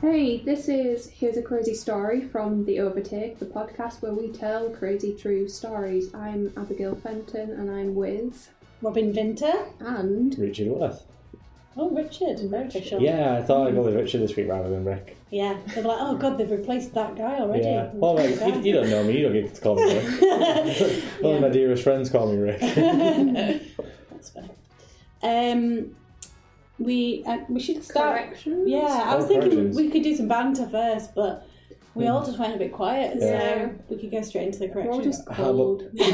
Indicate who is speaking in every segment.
Speaker 1: Hey, this is Here's a Crazy Story from The Overtake, the podcast where we tell crazy true stories. I'm Abigail Fenton and I'm with.
Speaker 2: Robin Vinter.
Speaker 1: And.
Speaker 3: Richard Worth.
Speaker 2: Oh, Richard, very official.
Speaker 3: Yeah, I thought I'd go with Richard this week rather than Rick.
Speaker 2: Yeah. They're like, oh god, they've replaced that guy already.
Speaker 3: Yeah. Well, like, you, you don't know me. You don't get to call me Rick. Only my dearest friends call me Rick.
Speaker 2: That's fair. Um, we uh, we should start.
Speaker 1: Corrections?
Speaker 2: Yeah, I was
Speaker 3: Oh,
Speaker 2: thinking
Speaker 3: corrections. Hmm.
Speaker 2: we could do some banter first, but we all just went a bit quiet,
Speaker 1: Yeah.
Speaker 2: so we could go straight into the
Speaker 1: World
Speaker 2: corrections.
Speaker 1: is
Speaker 3: How
Speaker 1: cold.
Speaker 2: yeah,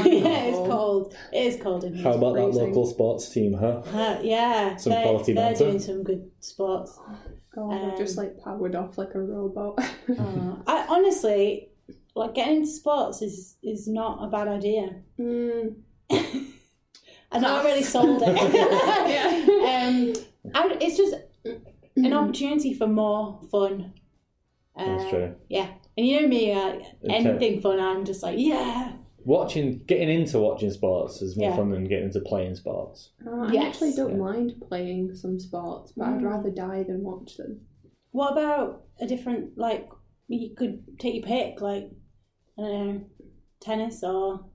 Speaker 2: it's cold. It is cold in here.
Speaker 3: How about that
Speaker 1: Freezing.
Speaker 3: local sports team, huh?
Speaker 2: Uh, yeah,
Speaker 3: Some
Speaker 2: they're,
Speaker 3: quality
Speaker 2: they're
Speaker 3: banter.
Speaker 2: doing some good sports.
Speaker 1: God, I've just
Speaker 2: Um,
Speaker 1: like powered off like a robot.
Speaker 2: Uh, I honestly like getting into sports is is not a bad idea.
Speaker 1: mm,
Speaker 2: I'm not really sold it.
Speaker 1: yeah. Mm.
Speaker 2: um, I, it's just an opportunity for more fun. Uh,
Speaker 3: That's true.
Speaker 2: Yeah, and you know me, uh,
Speaker 3: Okay.
Speaker 2: anything fun, I'm just like, yeah.
Speaker 3: Watching, getting into watching sports is more
Speaker 2: Yeah.
Speaker 3: fun than getting into playing sports.
Speaker 1: Uh, I
Speaker 2: Yes. Hmm.
Speaker 1: actually don't
Speaker 3: Yeah.
Speaker 1: mind playing some sports, but I'd rather die than watch them.
Speaker 2: What about a different like? You could take your pick, like I don't know, tennis or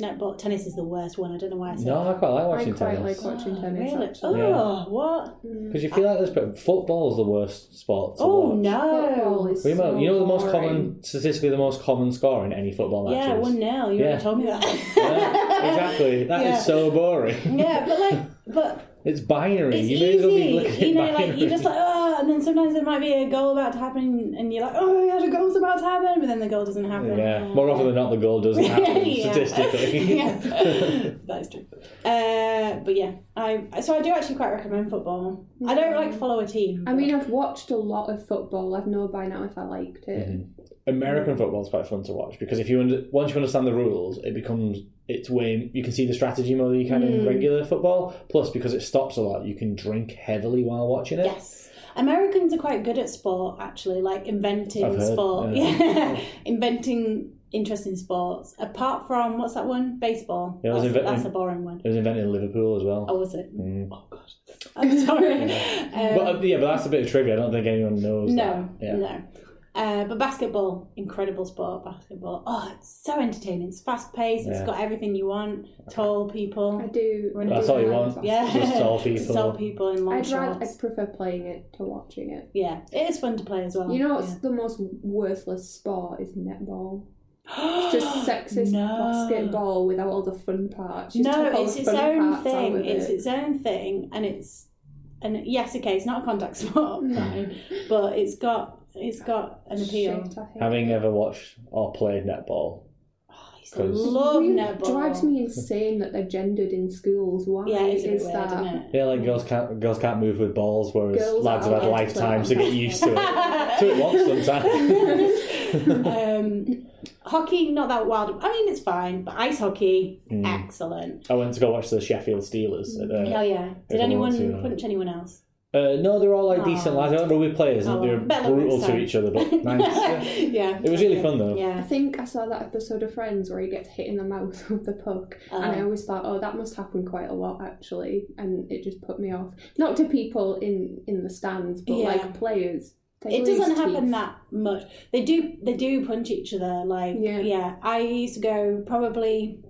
Speaker 2: netball. Tennis is the worst one. I don't know why I said
Speaker 3: No, I quite like watching
Speaker 1: I quite
Speaker 3: tennis.
Speaker 1: like watching
Speaker 2: Oh,
Speaker 1: tennis.
Speaker 2: really?
Speaker 1: Actually.
Speaker 2: Oh, what?
Speaker 3: Because you feel like there's but football's the worst sport. To
Speaker 2: Oh
Speaker 3: watch.
Speaker 2: no!
Speaker 1: Football is
Speaker 3: Well, you, know,
Speaker 1: so
Speaker 3: you know the most
Speaker 1: boring.
Speaker 3: common, statistically the most common score in any football match.
Speaker 2: yeah,
Speaker 3: is?
Speaker 2: one nil. You
Speaker 3: Yeah.
Speaker 2: already told me that.
Speaker 3: Yeah, exactly. That is
Speaker 2: Yeah.
Speaker 3: so boring.
Speaker 2: yeah, but like, but
Speaker 3: It's binary.
Speaker 2: It's
Speaker 3: you may as well be looking
Speaker 2: easy,
Speaker 3: at
Speaker 2: you know, like
Speaker 3: binary.
Speaker 2: you're just like, oh, and then sometimes there might be a goal about to happen, and you're like, oh my god, a goal's about to happen, but then the goal doesn't happen.
Speaker 3: Yeah, more often than not, the goal doesn't happen
Speaker 2: Mm. Yeah.
Speaker 3: statistically.
Speaker 2: yeah, that is true. Uh, but yeah, I so I do actually quite recommend football. I don't like follow a team.
Speaker 1: I mean, I've watched a lot of football. I'd know by now if I liked it.
Speaker 3: Mm-hmm. American football's quite fun to watch because if you under, once you understand the rules, it becomes it's way you can see the strategy more than you can
Speaker 2: Mm.
Speaker 3: in regular football. Plus, because it stops a lot, you can drink heavily while watching it.
Speaker 2: Yes. Americans are quite good at sport, actually, like inventing
Speaker 3: I've heard,
Speaker 2: sport.
Speaker 3: yeah.
Speaker 2: Yeah. inventing interesting sports. Apart from, what's that one? Baseball.
Speaker 3: Yeah, I was
Speaker 2: that's,
Speaker 3: inventing-
Speaker 2: that's a boring one.
Speaker 3: It was invented in Liverpool as well.
Speaker 2: Oh, was it?
Speaker 3: Mm.
Speaker 2: Oh, God. I'm sorry. Um,
Speaker 3: But uh, yeah, but that's a bit of trivia. I don't think anyone knows.
Speaker 2: no,
Speaker 3: that. Yeah.
Speaker 2: no. Uh, but basketball, incredible sport. Basketball. Oh, it's so entertaining. It's fast paced. It's
Speaker 3: Yeah.
Speaker 2: got everything you want. Tall
Speaker 1: I
Speaker 2: people.
Speaker 1: do.
Speaker 2: Running
Speaker 3: That's all you
Speaker 1: around.
Speaker 3: want.
Speaker 2: Yeah.
Speaker 3: Just tall
Speaker 2: Just
Speaker 3: people.
Speaker 2: tall people in long
Speaker 1: I'd rather. I
Speaker 2: shorts.
Speaker 1: prefer playing it to watching it.
Speaker 2: Yeah, it is fun to play as well.
Speaker 1: You know what's
Speaker 2: Oh, Yeah.
Speaker 1: the most worthless sport is netball. It's just sexist
Speaker 2: No.
Speaker 1: basketball without all the fun parts. She's took
Speaker 2: no,
Speaker 1: all
Speaker 2: it's
Speaker 1: the
Speaker 2: its
Speaker 1: fun
Speaker 2: own
Speaker 1: parts out
Speaker 2: thing.
Speaker 1: of
Speaker 2: It's
Speaker 1: it.
Speaker 2: its own thing, and it's and yes, okay, it's not a contact sport, no, but it's got it's got an appeal.
Speaker 1: Shit, I hate
Speaker 3: Having
Speaker 1: it.
Speaker 3: never watched or played netball,
Speaker 2: I used to
Speaker 3: 'Cause-
Speaker 2: love
Speaker 1: Really
Speaker 2: netball.
Speaker 1: drives me insane that they're gendered in schools. Why
Speaker 2: Yeah, it's a bit
Speaker 1: is
Speaker 2: weird,
Speaker 1: that?
Speaker 2: isn't it?
Speaker 3: yeah, like girls can't girls can't move with balls, whereas
Speaker 1: Girls
Speaker 3: lads
Speaker 1: are
Speaker 3: have had
Speaker 1: allowed to play
Speaker 3: lifetimes to get used to it. to it once sometimes.
Speaker 2: um, hockey, not that wild. I mean, it's fine, but ice hockey,
Speaker 3: Mm.
Speaker 2: excellent.
Speaker 3: I went to go watch the Sheffield Steelers.
Speaker 2: Mm.
Speaker 3: At, uh,
Speaker 2: Hell yeah! Did
Speaker 3: Everyone
Speaker 2: anyone
Speaker 3: wants to, uh,
Speaker 2: punch anyone else?
Speaker 3: uh, no, they're all like decent lads. I don't know with players, and
Speaker 2: Oh,
Speaker 3: they were
Speaker 2: better
Speaker 3: brutal
Speaker 2: than
Speaker 3: to
Speaker 2: some.
Speaker 3: each other, but nice. yeah.
Speaker 2: Yeah,
Speaker 3: It was really fun though.
Speaker 1: I
Speaker 2: yeah.
Speaker 1: think I saw that episode of Friends where he gets hit in the mouth with the puck, and I always thought, oh, that must happen quite a lot actually, and it just put me off. Not to people in in the stands, but
Speaker 2: Yeah.
Speaker 1: like players They
Speaker 2: It
Speaker 1: lose
Speaker 2: doesn't happen
Speaker 1: teeth.
Speaker 2: that much. They do they do punch each other. Like
Speaker 1: Yeah.
Speaker 2: yeah, I used to go probably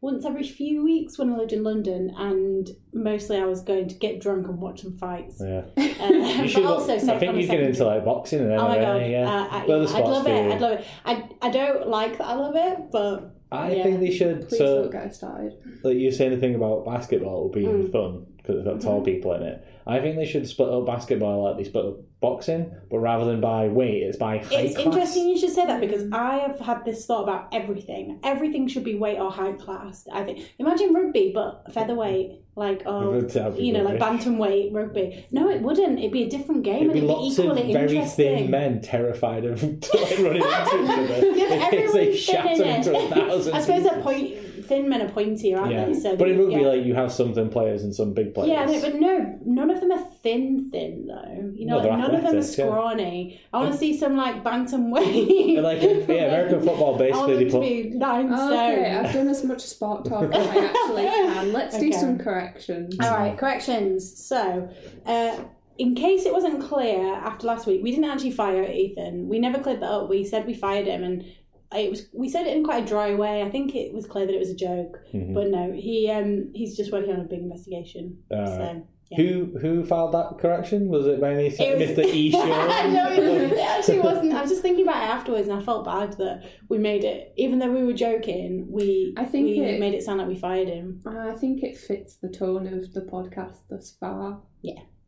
Speaker 2: once every few weeks when I lived in London, and mostly I was going to get drunk and watch some fights.
Speaker 3: Yeah.
Speaker 2: Um,
Speaker 3: You
Speaker 2: but
Speaker 3: should,
Speaker 2: also,
Speaker 3: I
Speaker 2: so
Speaker 3: think
Speaker 2: from a
Speaker 3: you get
Speaker 2: second-
Speaker 3: into like boxing and MMA.
Speaker 2: Oh my god!
Speaker 3: Yeah,
Speaker 2: Uh, I,
Speaker 3: Well, the
Speaker 2: I'd
Speaker 3: sports
Speaker 2: love
Speaker 3: field.
Speaker 2: it. I'd love it. I, I don't like that I love it, but
Speaker 3: I
Speaker 2: Yeah.
Speaker 3: think they should.
Speaker 1: Please
Speaker 3: so,
Speaker 1: don't get us started.
Speaker 3: like you saying the thing about basketball being
Speaker 2: Mm.
Speaker 3: fun because it's got tall people in it. I think they should split up basketball like they split up boxing, but rather than by weight, it's by height
Speaker 2: it's
Speaker 3: class.
Speaker 2: interesting you should say that because I have had this thought about everything. Everything should be weight or height class. I think imagine rugby, but featherweight, like or
Speaker 3: That'd be
Speaker 2: you know, like
Speaker 3: rubbish.
Speaker 2: bantamweight rugby. No, it wouldn't. It'd be a different game.
Speaker 3: It'd be
Speaker 2: and
Speaker 3: lots of
Speaker 2: equally
Speaker 3: very thin
Speaker 2: interesting.
Speaker 3: men terrified of like, running into each other
Speaker 2: Yeah, but
Speaker 3: because they
Speaker 2: everyone's thin
Speaker 3: shatter
Speaker 2: in
Speaker 3: into a
Speaker 2: it.
Speaker 3: thousand.
Speaker 2: I suppose they're
Speaker 3: pieces.
Speaker 2: point thin men are pointier, aren't
Speaker 3: Yeah,
Speaker 2: they? So
Speaker 3: but it
Speaker 2: they-
Speaker 3: would be
Speaker 2: yeah.
Speaker 3: like you have some thin players and some big players.
Speaker 2: Yeah, no, but no, none of them are thin, thin though. You know,
Speaker 3: No, they're
Speaker 2: like, none of them are
Speaker 3: athletics, yeah.
Speaker 2: scrawny. I want to see some like bantamweight.
Speaker 3: And, like in, yeah, American football
Speaker 2: I want
Speaker 3: basically
Speaker 2: them
Speaker 3: they
Speaker 2: to
Speaker 3: put
Speaker 2: be nine
Speaker 1: Oh, Okay,
Speaker 2: stone.
Speaker 1: I've done as much sport talk as I actually can. Let's
Speaker 2: Okay.
Speaker 1: do some corrections.
Speaker 2: All right, corrections. So, uh, in case it wasn't clear after last week, we didn't actually fire Ethan. We never cleared that up. We said we fired him, and it was we said it in quite a dry way. I think it was clear that it was a joke,
Speaker 3: Hmm. Mm-hmm.
Speaker 2: but no, he um he's just working on a big investigation.
Speaker 3: All
Speaker 2: so.
Speaker 3: right. Uh, who who filed that correction? Was it by any
Speaker 2: It was-
Speaker 3: Mr. E. Sherman?
Speaker 2: no, it, it actually wasn't. I was just thinking about it afterwards, and I felt bad that we made it, even though we were joking. We
Speaker 1: I think
Speaker 2: we
Speaker 1: it-
Speaker 2: made it sound like we fired him.
Speaker 1: I think it fits the tone of the podcast thus far.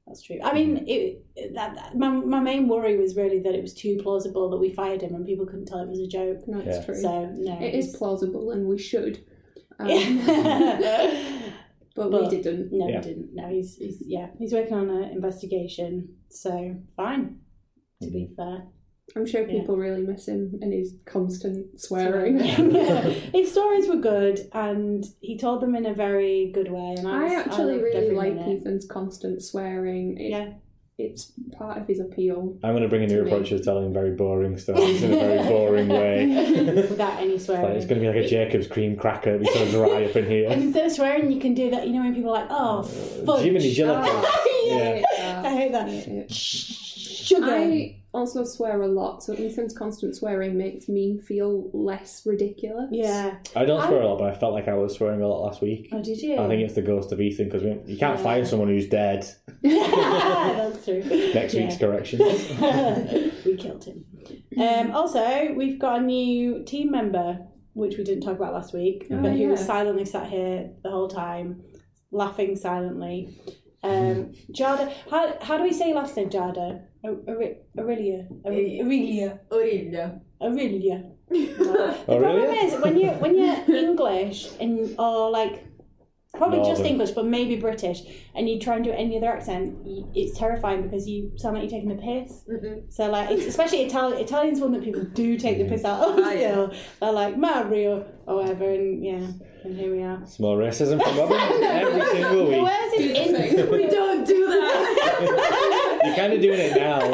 Speaker 2: That's true. I
Speaker 3: Mm-hmm.
Speaker 2: mean, it, it- that, that- my my main worry was really that it was too plausible that we fired him and people couldn't tell it was a joke.
Speaker 1: No, it's
Speaker 3: Yeah.
Speaker 1: true.
Speaker 2: So no,
Speaker 1: it is plausible, and we should, um,
Speaker 2: Yeah.
Speaker 1: but,
Speaker 2: But-
Speaker 1: we didn't.
Speaker 2: no,
Speaker 3: Yeah.
Speaker 2: he didn't. No, he's, he's yeah, he's working on an investigation. So fine. To be fair,
Speaker 1: I'm sure people really miss him and his constant swearing.
Speaker 2: his stories were good, and he told them in a very good way. And I,
Speaker 1: I
Speaker 2: was-
Speaker 1: actually
Speaker 2: loved
Speaker 1: really
Speaker 2: every
Speaker 1: like
Speaker 2: minute.
Speaker 1: Ethan's constant swearing. It-
Speaker 2: Yeah.
Speaker 1: It's part of his appeal.
Speaker 3: I'm going to bring a new
Speaker 2: me.
Speaker 3: approach to telling very boring stories in a very boring way.
Speaker 2: Without any
Speaker 3: Like,
Speaker 2: swearing.
Speaker 3: it's going to be like a Jacob's cream cracker. It'll be so dry up in
Speaker 2: and
Speaker 3: here.
Speaker 2: instead of swearing, you can do that. You know when people are like, oh, fudge.
Speaker 3: Uh, Jiminy Jillikin.
Speaker 2: yeah.
Speaker 3: Yeah.
Speaker 2: I hate that. Sugar.
Speaker 1: I also swear a lot, so Ethan's constant swearing makes me feel less ridiculous.
Speaker 2: yeah.
Speaker 3: I don't swear a lot, but I felt like I was swearing a lot last week.
Speaker 2: Oh, did you?
Speaker 3: I think it's the ghost of Ethan because you can't fire someone who's dead.
Speaker 2: That's true.
Speaker 3: Next
Speaker 2: Yeah.
Speaker 3: week's correction. Oh,
Speaker 2: we killed him. Um, also, we've got a new team member, which we didn't talk about last week, but who was
Speaker 1: yeah.
Speaker 2: silently sat here the whole time, laughing silently. Um, Jada, how, how do we say your last name, Jada? Au- Aure- Aurelia. Aure- Aurelia.
Speaker 4: Aurelia.
Speaker 2: Aurelia. The problem
Speaker 3: Aurelia?
Speaker 2: is when you when you're English and or like probably just
Speaker 3: Northern.
Speaker 2: English, but maybe British, and you try and do any other accent, y- it's terrifying because you sound like you're taking the piss. So like, it's, especially Italian, Italian's one that people do take the piss
Speaker 4: Mm-hmm.
Speaker 2: out of.
Speaker 4: Ah,
Speaker 2: still, they're like Mario or whatever, and yeah, and here we are.
Speaker 3: Small racism from Robin every single
Speaker 2: The
Speaker 3: week.
Speaker 2: worst is in,
Speaker 4: We don't do that.
Speaker 3: You're kind of doing it now.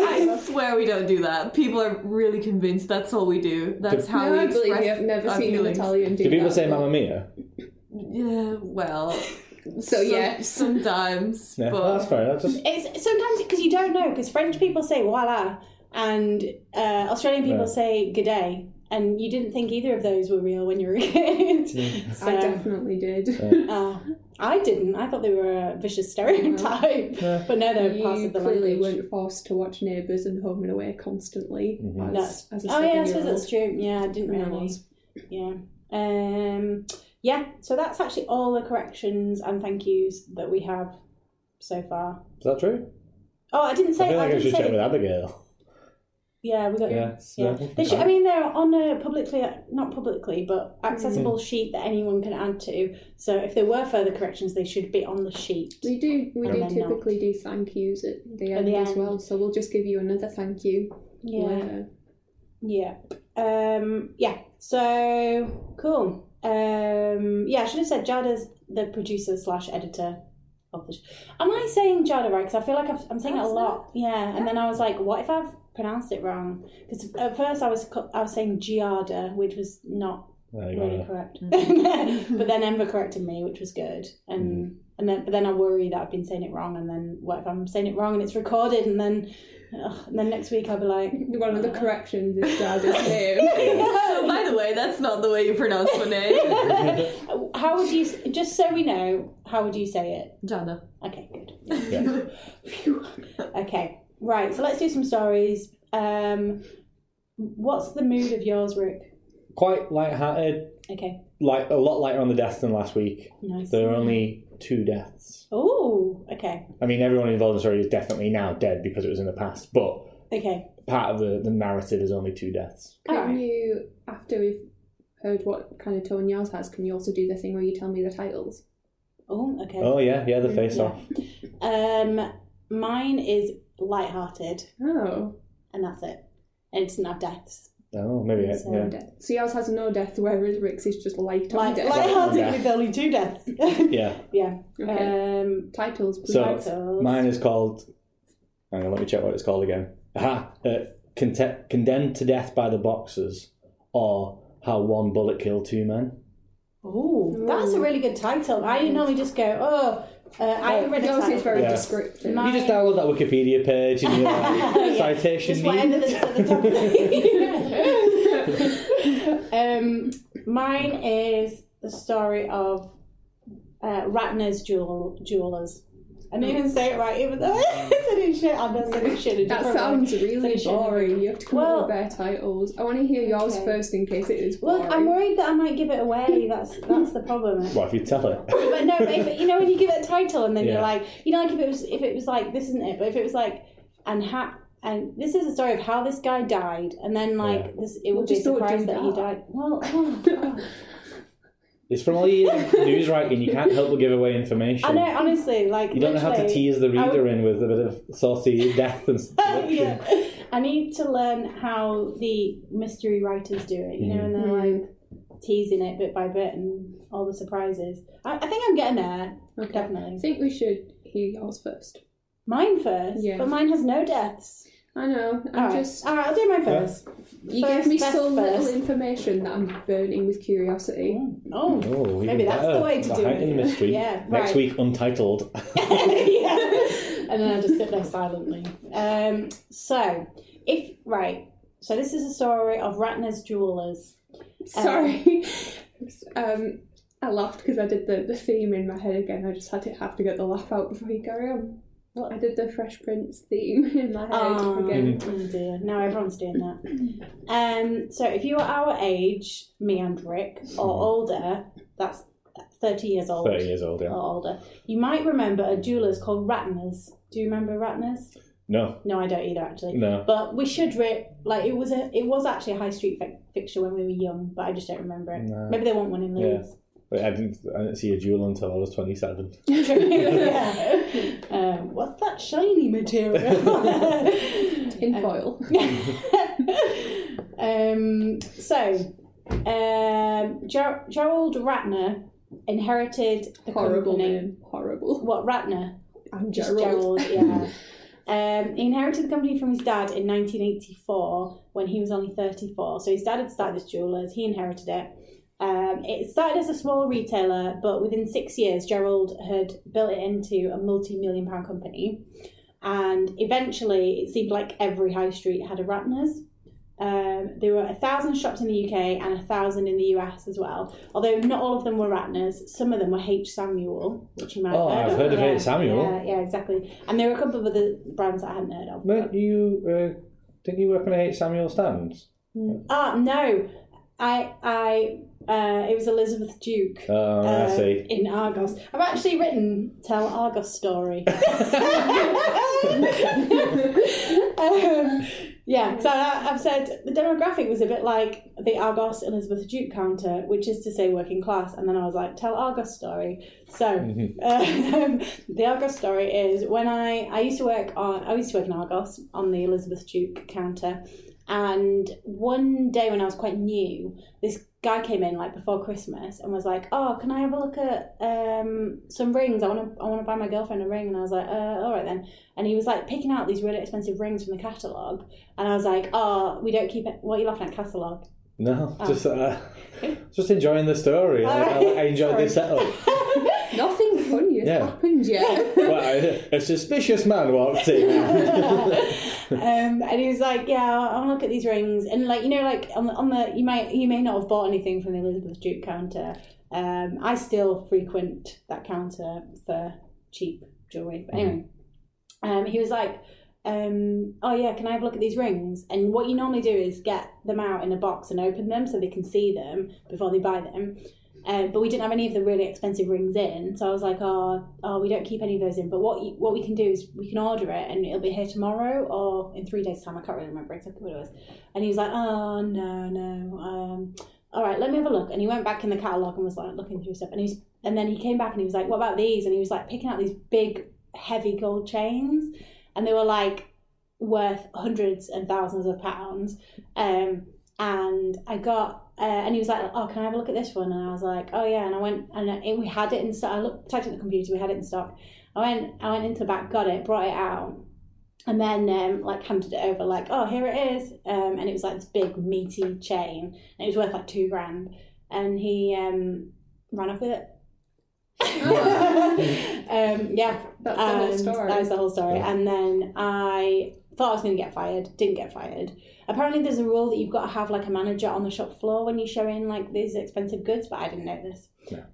Speaker 4: I swear we don't do that. People are really convinced that's all we do. That's how
Speaker 1: No,
Speaker 4: we
Speaker 1: I believe
Speaker 4: express
Speaker 1: you. I've never
Speaker 4: our
Speaker 1: seen
Speaker 4: feelings.
Speaker 1: an Italian do
Speaker 3: Do people
Speaker 1: that.
Speaker 3: say Mamma Mia?
Speaker 4: Yeah, well.
Speaker 1: So,
Speaker 4: some-
Speaker 1: Oh, yeah.
Speaker 4: sometimes.
Speaker 3: No,
Speaker 4: but
Speaker 3: that's fair. That's just
Speaker 2: it's sometimes because you don't know because French people say voila and uh, Australian people
Speaker 3: Right.
Speaker 2: say good day. And you didn't think either of those were real when you were a kid.
Speaker 1: I
Speaker 2: So-
Speaker 1: definitely did.
Speaker 2: Oh, I didn't. I thought they were a vicious stereotype, but no, they're parts
Speaker 1: you
Speaker 2: of the
Speaker 1: clearly
Speaker 2: language.
Speaker 1: weren't forced to watch Neighbours and Home and Away constantly. As,
Speaker 3: Mm-hmm.
Speaker 2: That's-
Speaker 1: as a
Speaker 2: oh yeah, I suppose
Speaker 1: seven-year-old.
Speaker 2: that's true. Yeah, I didn't
Speaker 1: Yeah, it
Speaker 2: really.
Speaker 1: was.
Speaker 2: Yeah. Um. Yeah. So that's actually all the corrections and thank yous that we have so far.
Speaker 3: is that true?
Speaker 2: Oh, I didn't say.
Speaker 3: I feel like I
Speaker 2: didn't
Speaker 3: should
Speaker 2: say.
Speaker 3: check with Abigail.
Speaker 2: Yeah, we got.
Speaker 3: Yeah,
Speaker 2: Yeah.
Speaker 3: so that can
Speaker 2: They should,
Speaker 3: count.
Speaker 2: I mean, they're on a publicly, not publicly, but accessible sheet that anyone can add to. So if there were further corrections, they should be on the sheet.
Speaker 1: We do we
Speaker 2: And
Speaker 1: do
Speaker 2: then not.
Speaker 1: typically do thank yous at the
Speaker 2: At
Speaker 1: end
Speaker 2: the
Speaker 1: as
Speaker 2: end.
Speaker 1: well, so we'll just give you another thank you
Speaker 2: Yeah.
Speaker 1: later.
Speaker 2: Yeah. Um, yeah. So cool. Um, yeah, I should have said Jada's the producer slash editor of the. Sh- Am I saying Jada right? Because I feel like I've, I'm saying it a lot. Yeah. And then I was like, what if I've pronounced it wrong? Because at first I was co- I was saying Giada, which was not
Speaker 3: There you
Speaker 2: really
Speaker 3: go. Mm.
Speaker 2: correct. but then Ember corrected me, which was good. And And then, but then I worry that I've been saying it wrong, and then what if I'm saying it wrong and it's recorded, and then, ugh, and then next week I'll be like,
Speaker 1: One of the corrections is Jada's name.
Speaker 4: So, by the way, that's not the way you pronounce my name.
Speaker 2: how would you? s- Just so we know, how would you say it?
Speaker 4: Jada.
Speaker 2: Okay, good. Phew. okay, right. So let's do some stories. Um, what's the mood of yours, Rook?
Speaker 3: Quite light-hearted,
Speaker 2: Okay,
Speaker 3: like a lot lighter on the deaths than last week.
Speaker 2: nice.
Speaker 3: There are only two deaths.
Speaker 2: Oh, okay,
Speaker 3: I mean, everyone involved in the story is definitely now dead because it was in the past, but
Speaker 2: okay.
Speaker 3: part of the, the narrative is only two deaths.
Speaker 1: Can
Speaker 2: Alright.
Speaker 1: you, after we've heard what kind of tone yours has, can you also do the thing where you tell me the titles?
Speaker 2: Oh, okay.
Speaker 3: Oh yeah, yeah, the face off.
Speaker 2: Um, mine is light-hearted,
Speaker 1: Oh.
Speaker 2: and that's it. And it's not deaths.
Speaker 3: Oh, maybe it,
Speaker 2: So
Speaker 3: yeah.
Speaker 1: Death. So yours has no death, whereas Rick's is just light on
Speaker 2: Light,
Speaker 1: death.
Speaker 2: light-hearted
Speaker 3: Yeah.
Speaker 2: with only two deaths.
Speaker 3: Yeah.
Speaker 2: yeah.
Speaker 1: Okay.
Speaker 2: Um,
Speaker 1: titles, please.
Speaker 3: So
Speaker 2: Titles.
Speaker 3: mine is called. Hang on, let me check what it's called again. Aha! Uh, conte- condemned to death by the boxers, or how one bullet killed two men.
Speaker 2: oh, that's a really good title. I normally just go, oh, uh, I read a
Speaker 1: Yours is
Speaker 2: title.
Speaker 1: very
Speaker 3: Yeah.
Speaker 1: descriptive.
Speaker 2: My-
Speaker 3: You just download that Wikipedia page and your citation
Speaker 2: Just whatever
Speaker 3: needed.
Speaker 2: that's at the top of the- um, Mine is the story of uh, Ratner's jewel, jewelers. I didn't even say it right, even though I said it should. I know I said it should.
Speaker 1: that sounds really boring. You have to come
Speaker 2: Well-
Speaker 1: up with their titles. I want to hear yours
Speaker 2: Okay.
Speaker 1: first in case it is boring.
Speaker 2: Well, I'm worried that I might give it away. That's that's the problem.
Speaker 3: What if you tell it?
Speaker 2: But no, but if, you know when you give it a title and then
Speaker 3: Yeah.
Speaker 2: you're like, you know, like if it was if it was like this isn't it, but if it was like and ha- and this is a story of how this guy died, and then like
Speaker 3: Yeah.
Speaker 2: this, it would be
Speaker 1: just don't
Speaker 2: surprised
Speaker 1: do
Speaker 2: that he
Speaker 1: that.
Speaker 2: died. Well, oh, God.
Speaker 3: It's from all your news writing. You can't help but give away information.
Speaker 2: I know honestly, like
Speaker 3: You don't know how to
Speaker 2: literally,
Speaker 3: tease the
Speaker 2: I
Speaker 3: reader
Speaker 2: would-
Speaker 3: in with a bit of saucy death and seduction.
Speaker 2: yeah, I need to learn how the mystery writers do it. You know, and they're
Speaker 1: Mm-hmm.
Speaker 2: like teasing it bit by bit and all the surprises. I, I think I'm getting there.
Speaker 1: I
Speaker 2: Definitely.
Speaker 1: think we should hear yours first.
Speaker 2: Mine first,
Speaker 1: Yeah.
Speaker 2: but mine has no deaths.
Speaker 1: I know. I'm
Speaker 2: All right.
Speaker 1: just.
Speaker 2: All right, I'll do mine first.
Speaker 1: you
Speaker 2: first,
Speaker 1: gave me
Speaker 2: best
Speaker 1: so little
Speaker 2: first.
Speaker 1: information that I'm burning with curiosity.
Speaker 2: Oh,
Speaker 3: Oh,
Speaker 2: maybe that's the way to do
Speaker 3: Heighten
Speaker 2: it.
Speaker 3: mystery.
Speaker 2: Yeah,
Speaker 3: Next
Speaker 2: right.
Speaker 3: week, untitled.
Speaker 2: yeah. And then I just sit there silently. Um, so, if right, so this is a story of Ratner's jewelers.
Speaker 1: Sorry. um, I laughed because I did the, the theme in my head again. I just had to have to get the laugh out before you carry on. Well, I did the Fresh Prince theme in my head again.
Speaker 2: Oh dear! Now everyone's doing that. Um, so if you are our age, me and Rick, or older, that's thirty years old. Oh.
Speaker 3: 30 years old, yeah.
Speaker 2: Or older, you might remember a jeweler's called Ratner's. Do you remember Ratner's?
Speaker 3: No.
Speaker 2: No, I don't either actually.
Speaker 3: No.
Speaker 2: But we should re- like it was a it was actually a high street fi- fixture when we were young, but I just don't remember it.
Speaker 3: No.
Speaker 2: Maybe they want one in
Speaker 3: Yeah.
Speaker 2: Leeds.
Speaker 3: Wait, I didn't, I didn't see a jewel until I was 27.
Speaker 2: Yeah. um, what's that shiny material? Mm.
Speaker 1: In foil.
Speaker 2: um, so um, Ger- Gerald Ratner inherited the
Speaker 1: Horrible
Speaker 2: company.
Speaker 1: name. Horrible.
Speaker 2: What Ratner?
Speaker 1: I'm
Speaker 2: Just
Speaker 1: Gerald.
Speaker 2: Gerald, yeah. Um, he inherited the company from his dad in 1984 when he was only 34. So his dad had started as jewelers. He inherited it. Um, it started as a small retailer, but within six years, Gerald had built it into a multi-million pound company. And eventually, it seemed like every high street had a Ratner's. Um, there were a thousand shops in the UK and a thousand in the US as well. Although not all of them were Ratner's, some of them were H Samuel, which you might
Speaker 3: Oh,
Speaker 2: have
Speaker 3: I've heard of H. Samuel.
Speaker 2: Yeah, yeah, exactly. And there were a couple of other brands that I hadn't heard of.
Speaker 3: Weren't you, uh, didn't you work on a H. Samuel Stands?
Speaker 2: Ah, no, I, I, uh, it was Elizabeth Duke.
Speaker 3: Oh, I
Speaker 2: uh,
Speaker 3: see.
Speaker 2: In Argos, I've actually written "Tell Argos Story." um, yeah, so I, I've said the demographic was a bit like the Argos Elizabeth Duke counter, which is to say working class. And then I was like, "Tell Argos Story." So um, the Argos story is when I I used to work on I used to work in Argos on the Elizabeth Duke counter, and one day when I was quite new, this guy came in like before Christmas and was like, "Oh, can I have a look at um, some rings? I want to I want to buy my girlfriend a ring." And I was like, uh, "All right then." And he was like picking out these really expensive rings from the catalog, and I was like, "Oh, we don't keep it. What are you laughing at catalog?"
Speaker 3: No,
Speaker 2: oh.
Speaker 3: just uh, just enjoying the story. I, I, I enjoyed this setup.
Speaker 1: Nothing funny has
Speaker 3: Yeah.
Speaker 1: happened yet.
Speaker 3: Well, I- a suspicious man walked in. oh,
Speaker 2: Um, and he was like, "Yeah, I'll, I'll look at these rings." And like you know, like on the, on the you might you may not have bought anything from the Elizabeth Duke counter. Um, I still frequent that counter for cheap jewelry. But anyway, um, he was like, um, "Oh yeah, can I have a look at these rings?" And what you normally do is get them out in a box and open them so they can see them before they buy them. Um, but we didn't have any of the really expensive rings in, so I was like, "Oh, oh, we don't keep any of those in." But what you, what we can do is we can order it, and it'll be here tomorrow or in three days' time. I can't really remember exactly what it was. And he was like, "Oh no, no, um, all right, let me have a look." And he went back in the catalog and was like looking through stuff. And he's and then he came back and he was like, "What about these?" And he was like picking out these big, heavy gold chains, and they were like worth hundreds and thousands of pounds. Um, and I got, uh, and he was like, "Oh, can I have a look at this one?" And I was like, "Oh yeah." And I went, and I- we had it in stock. I looked, typed in the computer, we had it in stock. I went, I went into the back, got it, brought it out, and then um, like handed it over, like, "Oh, here it is." Um, and it was like this big meaty chain, and it was worth like two grand. And he um, ran off with it. um, yeah,
Speaker 1: That's the whole
Speaker 2: And
Speaker 1: story.
Speaker 2: That was the whole story. And then I thought I was going to get fired. Didn't get fired. Apparently, there's a rule that you've got to have like a manager on the shop floor when you show in like these expensive goods, but I didn't know this.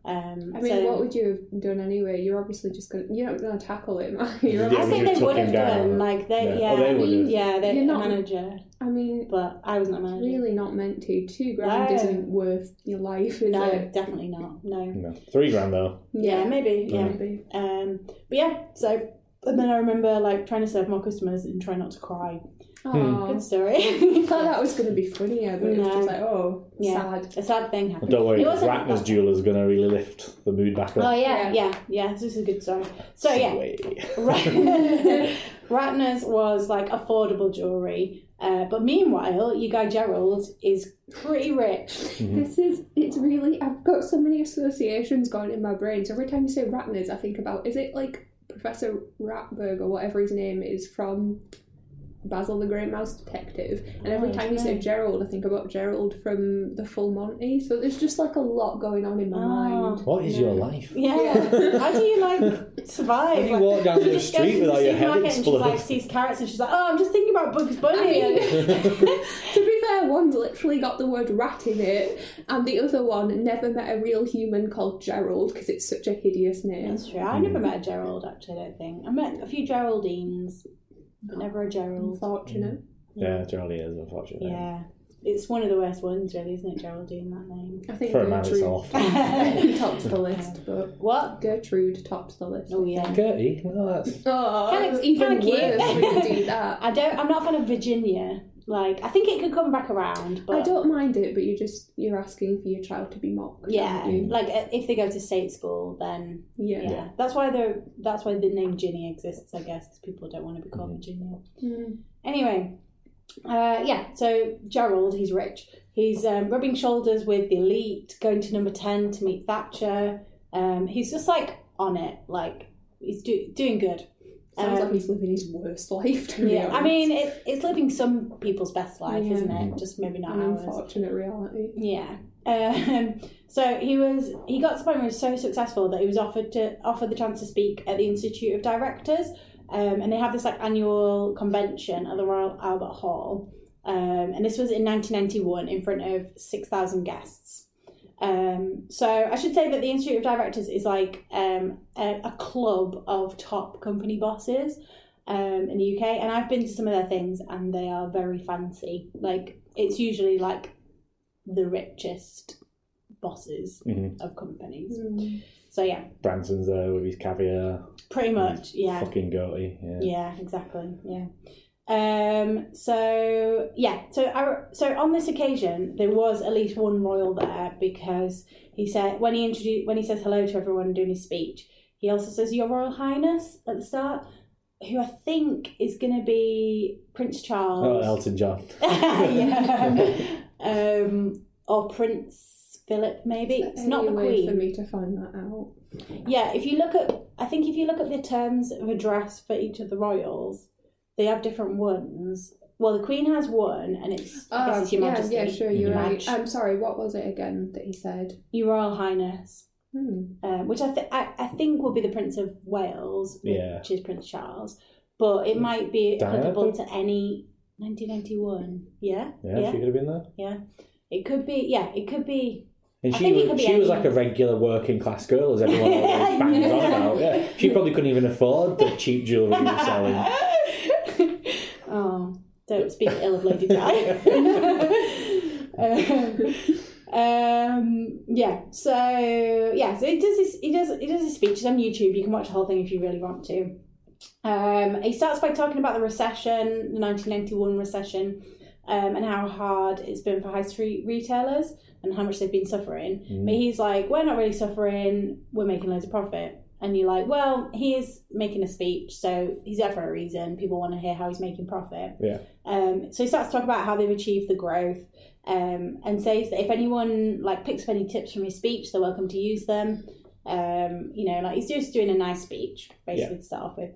Speaker 2: Um,
Speaker 1: I mean,
Speaker 2: so-
Speaker 1: what would you have done anyway? You're obviously just gonna you're not gonna tackle him. Are you? You're
Speaker 3: Yeah,
Speaker 2: I
Speaker 3: when
Speaker 2: think
Speaker 3: you
Speaker 2: they
Speaker 3: took
Speaker 2: would have
Speaker 3: him down.
Speaker 2: done like they,
Speaker 3: Yeah.
Speaker 2: yeah,
Speaker 3: Oh, they would have.
Speaker 2: yeah, they're
Speaker 1: You're
Speaker 2: a
Speaker 1: not-
Speaker 2: manager,
Speaker 1: I mean,
Speaker 2: but I was not a
Speaker 1: it's
Speaker 2: manager.
Speaker 1: really not meant to. Two grand
Speaker 2: No.
Speaker 1: isn't worth your life, is
Speaker 2: no,
Speaker 1: it?
Speaker 2: definitely not. No,
Speaker 3: no, three grand though.
Speaker 2: yeah, maybe, yeah.
Speaker 1: Maybe.
Speaker 2: Um, but yeah, so and then I remember like trying to serve more customers and try not to cry.
Speaker 1: Aw.
Speaker 2: Good story.
Speaker 1: I thought that was going to be funnier, but it's
Speaker 2: No.
Speaker 1: just like, oh,
Speaker 2: yeah,
Speaker 1: sad.
Speaker 2: a sad thing happened.
Speaker 3: Don't worry,
Speaker 2: It wasn't-
Speaker 3: Ratner's jeweler's going to really lift the mood back
Speaker 2: Oh
Speaker 3: up.
Speaker 2: yeah,
Speaker 1: Yeah.
Speaker 2: yeah, yeah. This is a good story. So Oh, yeah,
Speaker 3: Way.
Speaker 2: Right. Ratner's was like affordable jewelry, uh, but meanwhile, your guy Gerald is pretty rich.
Speaker 1: This is, it's really, I've got so many associations going in my brain. So every time you say Ratners, I think about, is it like Professor Ratberg or whatever his name is from Basil the Great Mouse Detective? And
Speaker 2: Oh,
Speaker 1: every time you say Gerald, I think about Gerald from The Full Monty. So there's just like a lot going on in
Speaker 2: Oh.
Speaker 1: my mind.
Speaker 3: What is your life?
Speaker 2: Yeah, how do you like survive?
Speaker 3: How do you
Speaker 2: Like,
Speaker 3: walk down
Speaker 2: she
Speaker 3: the
Speaker 2: just
Speaker 3: street
Speaker 2: goes into
Speaker 3: without your head
Speaker 2: supermarket and She's like
Speaker 3: exploding?
Speaker 2: sees carrots and she's like, oh, I'm just thinking about Bugs Bunny.
Speaker 1: To be fair, one's literally got the word rat in it, and the other one never met a real human called Gerald because it's such a hideous name.
Speaker 2: That's true. I never met a Gerald actually. I don't think I met a few Geraldines, but never a Gerald.
Speaker 1: Unfortunate.
Speaker 3: Yeah, Geraldine is unfortunately.
Speaker 2: Yeah, it's one of the worst ones, really, isn't it? Geraldine, that name.
Speaker 1: I think
Speaker 3: For a man, it's awful.
Speaker 1: Gertrude tops the list, but
Speaker 2: What?
Speaker 1: Gertrude tops the list.
Speaker 2: Oh yeah.
Speaker 3: Gertie, well, that's
Speaker 1: Oh,
Speaker 2: Kinda-
Speaker 1: it's even
Speaker 2: kinda cute.
Speaker 1: worse when you do that.
Speaker 2: I don't. I'm not a fan of Virginia. Like, I think it could come back around, but
Speaker 1: I don't mind it, but you just you're asking for your child to be mocked.
Speaker 2: Yeah,
Speaker 1: aren't you?
Speaker 2: like uh, if they go to state school, then
Speaker 1: yeah.
Speaker 2: yeah, that's why the that's why the name Ginny exists, I guess, because people don't want to be called
Speaker 1: Mm-hmm.
Speaker 2: Virginia. Um,
Speaker 1: Mm.
Speaker 2: Anyway, uh, yeah. So Gerald, he's rich. He's um, rubbing shoulders with the elite, going to number ten to meet Thatcher. Um, he's just like on it, like he's do- doing good.
Speaker 1: Sounds
Speaker 2: Um,
Speaker 1: like he's living his worst life. To be
Speaker 2: Yeah, I
Speaker 1: honest.
Speaker 2: mean, it, it's living some people's best life,
Speaker 1: Yeah. Mm-hmm.
Speaker 2: isn't it? Just maybe not
Speaker 1: an
Speaker 2: ours.
Speaker 1: unfortunate reality.
Speaker 2: Yeah. Um, so he was he got to the point where he was so successful that he was offered to offered the chance to speak at the Institute of Directors, um, and they have this like annual convention at the Royal Albert Hall, um, and this was in 1991 in front of six thousand guests. Um, so I should say that the Institute of Directors is like um, a, a club of top company bosses um, in the UK, and I've been to some of their things, and they are very fancy. Like it's usually like the richest bosses
Speaker 3: Mhm.
Speaker 2: of companies.
Speaker 1: Mm.
Speaker 2: So yeah,
Speaker 3: Branson's there with his caviar,
Speaker 2: pretty much. Yeah,
Speaker 3: fucking goatee. Mm. Yeah.
Speaker 2: yeah, exactly. Yeah. Um. So yeah. So I, so on this occasion, there was at least one royal there because he said when he introduced when he says hello to everyone doing his speech, he also says Your Royal Highness at the start, who I think is going to be Prince Charles.
Speaker 3: Oh, Elton John.
Speaker 2: yeah. um, or Prince Philip, maybe. It's not the
Speaker 1: Any way for
Speaker 2: Queen.
Speaker 1: me to find that out.
Speaker 2: Yeah, if you look at, I think if you look at the terms of address for each of the royals, they have different ones. Well, the Queen has one, and it's, I guess it's Your
Speaker 1: Oh, yeah,
Speaker 2: Majesty.
Speaker 1: yeah, sure, you're Um,
Speaker 2: Your
Speaker 1: right.
Speaker 2: Maj-
Speaker 1: I'm sorry. What was it again that he said?
Speaker 2: Your Royal Highness.
Speaker 1: Hmm.
Speaker 2: uh, which I, th- I I think will be the Prince of Wales,
Speaker 3: Yeah.
Speaker 2: which is Prince Charles, but it might be
Speaker 3: Diana
Speaker 2: applicable
Speaker 3: did?
Speaker 2: to any 1991. Yeah,
Speaker 3: Yeah, she could have been there.
Speaker 2: yeah. It could be, yeah, it could be.
Speaker 3: And
Speaker 2: I
Speaker 3: she
Speaker 2: think it
Speaker 3: was,
Speaker 2: could be
Speaker 3: she was
Speaker 2: any-
Speaker 3: like a regular working class girl, as everyone always bangs on about. Yeah, she probably couldn't even afford the cheap jewellery you were selling.
Speaker 2: oh, don't speak ill of Lady Di. um, um, yeah. So yeah. So it does. His, he does. He does his speeches on YouTube. You can watch the whole thing if you really want to. Um, he starts by talking about the recession, the 1991 recession, um, and how hard it's been for high street retailers and how much they've been suffering. But he's like, we're not really suffering, we're making loads of profit. And you're like, well, he is making a speech, so he's there for a reason. People want to hear how he's making profit.
Speaker 3: Yeah.
Speaker 2: Um, so he starts to talk about how they've achieved the growth um, and says that if anyone like picks up any tips from his speech, they're welcome to use them. Um, you know, like he's just doing a nice speech, basically, to start off with.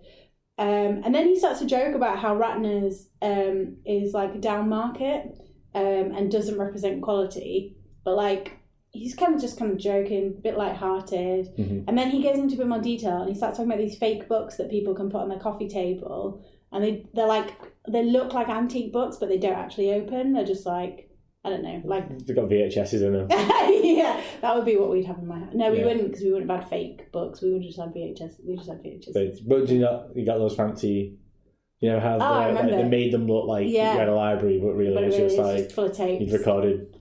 Speaker 2: Um, and then he starts to joke about how Ratner's um, is like down market um, and doesn't represent quality, but like he's kind of just kind of joking, a bit light-hearted. And then he goes into a bit more detail and he starts talking about these fake books that people can put on their coffee table, and they they're like they look like antique books, but they don't actually open. They're just like I don't know, like
Speaker 3: They've got VHSs in them.
Speaker 2: yeah, that would be what we'd have in my house. No, we
Speaker 3: Yeah.
Speaker 2: wouldn't because we wouldn't have had fake books. We would just have VHS. We just had VHS.
Speaker 3: But, but do you know, you got those fancy. You know how
Speaker 2: Oh, I
Speaker 3: they, like, they
Speaker 2: remember.
Speaker 3: made them look like
Speaker 2: Yeah.
Speaker 3: you had a library, but really
Speaker 2: but it
Speaker 3: it's
Speaker 2: really is
Speaker 3: just like
Speaker 2: just full of tapes.
Speaker 3: you'd recorded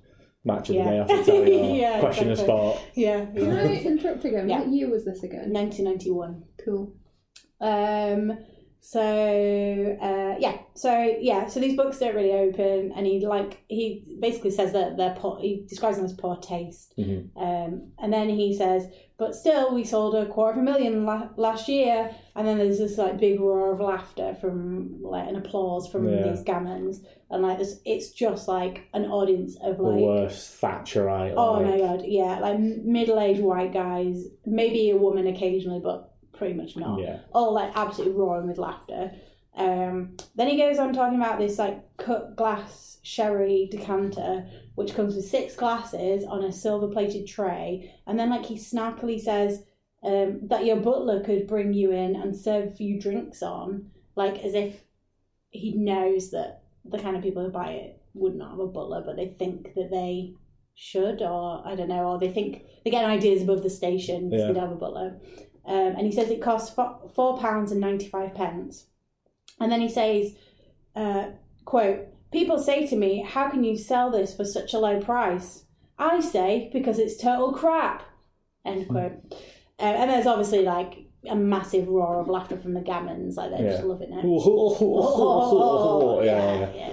Speaker 3: match of
Speaker 2: Yeah.
Speaker 3: the day off the telly or
Speaker 2: Yeah,
Speaker 3: question
Speaker 2: exactly.
Speaker 3: of sport.
Speaker 2: Yeah,
Speaker 1: Can I interrupt again?
Speaker 2: Yeah.
Speaker 1: What year was this again?
Speaker 2: 1991.
Speaker 1: Cool.
Speaker 2: Um, so uh, yeah, so yeah, so these books don't really open, and he like he basically says that they're poor. He describes them as poor taste,
Speaker 3: Mm-hmm.
Speaker 2: um, and then he says, but still, we sold a quarter of a million la- last year, and then there's this like big roar of laughter from like an applause from
Speaker 3: Yeah.
Speaker 2: these gammons, and like this, it's just like an audience of
Speaker 3: The
Speaker 2: like.
Speaker 3: worst Thatcherite.
Speaker 2: Oh
Speaker 3: like,
Speaker 2: my god, yeah, like middle-aged white guys, maybe a woman occasionally, but pretty much not.
Speaker 3: Yeah.
Speaker 2: All like absolutely roaring with laughter. Um, then he goes on talking about this like cut glass sherry decanter, which comes with six glasses on a silver-plated tray, and then like he snarkily says um, that your butler could bring you in and serve a few drinks on, like as if he knows that the kind of people who buy it would not have a butler, but they think that they should, or I don't know, or they think they get ideas above the station because
Speaker 3: Yeah.
Speaker 2: they don't have a butler. Um, and he says it costs fo- four pounds and ninety five pence. And then he says, uh, "Quote: People say to me, how can you sell this for such a low price? I say because it's total crap." End quote. Uh, and there's obviously like a massive roar of laughter from the gammons, like they're just
Speaker 3: Yeah.
Speaker 2: loving it.
Speaker 3: yeah, Oh, yeah.
Speaker 2: yeah.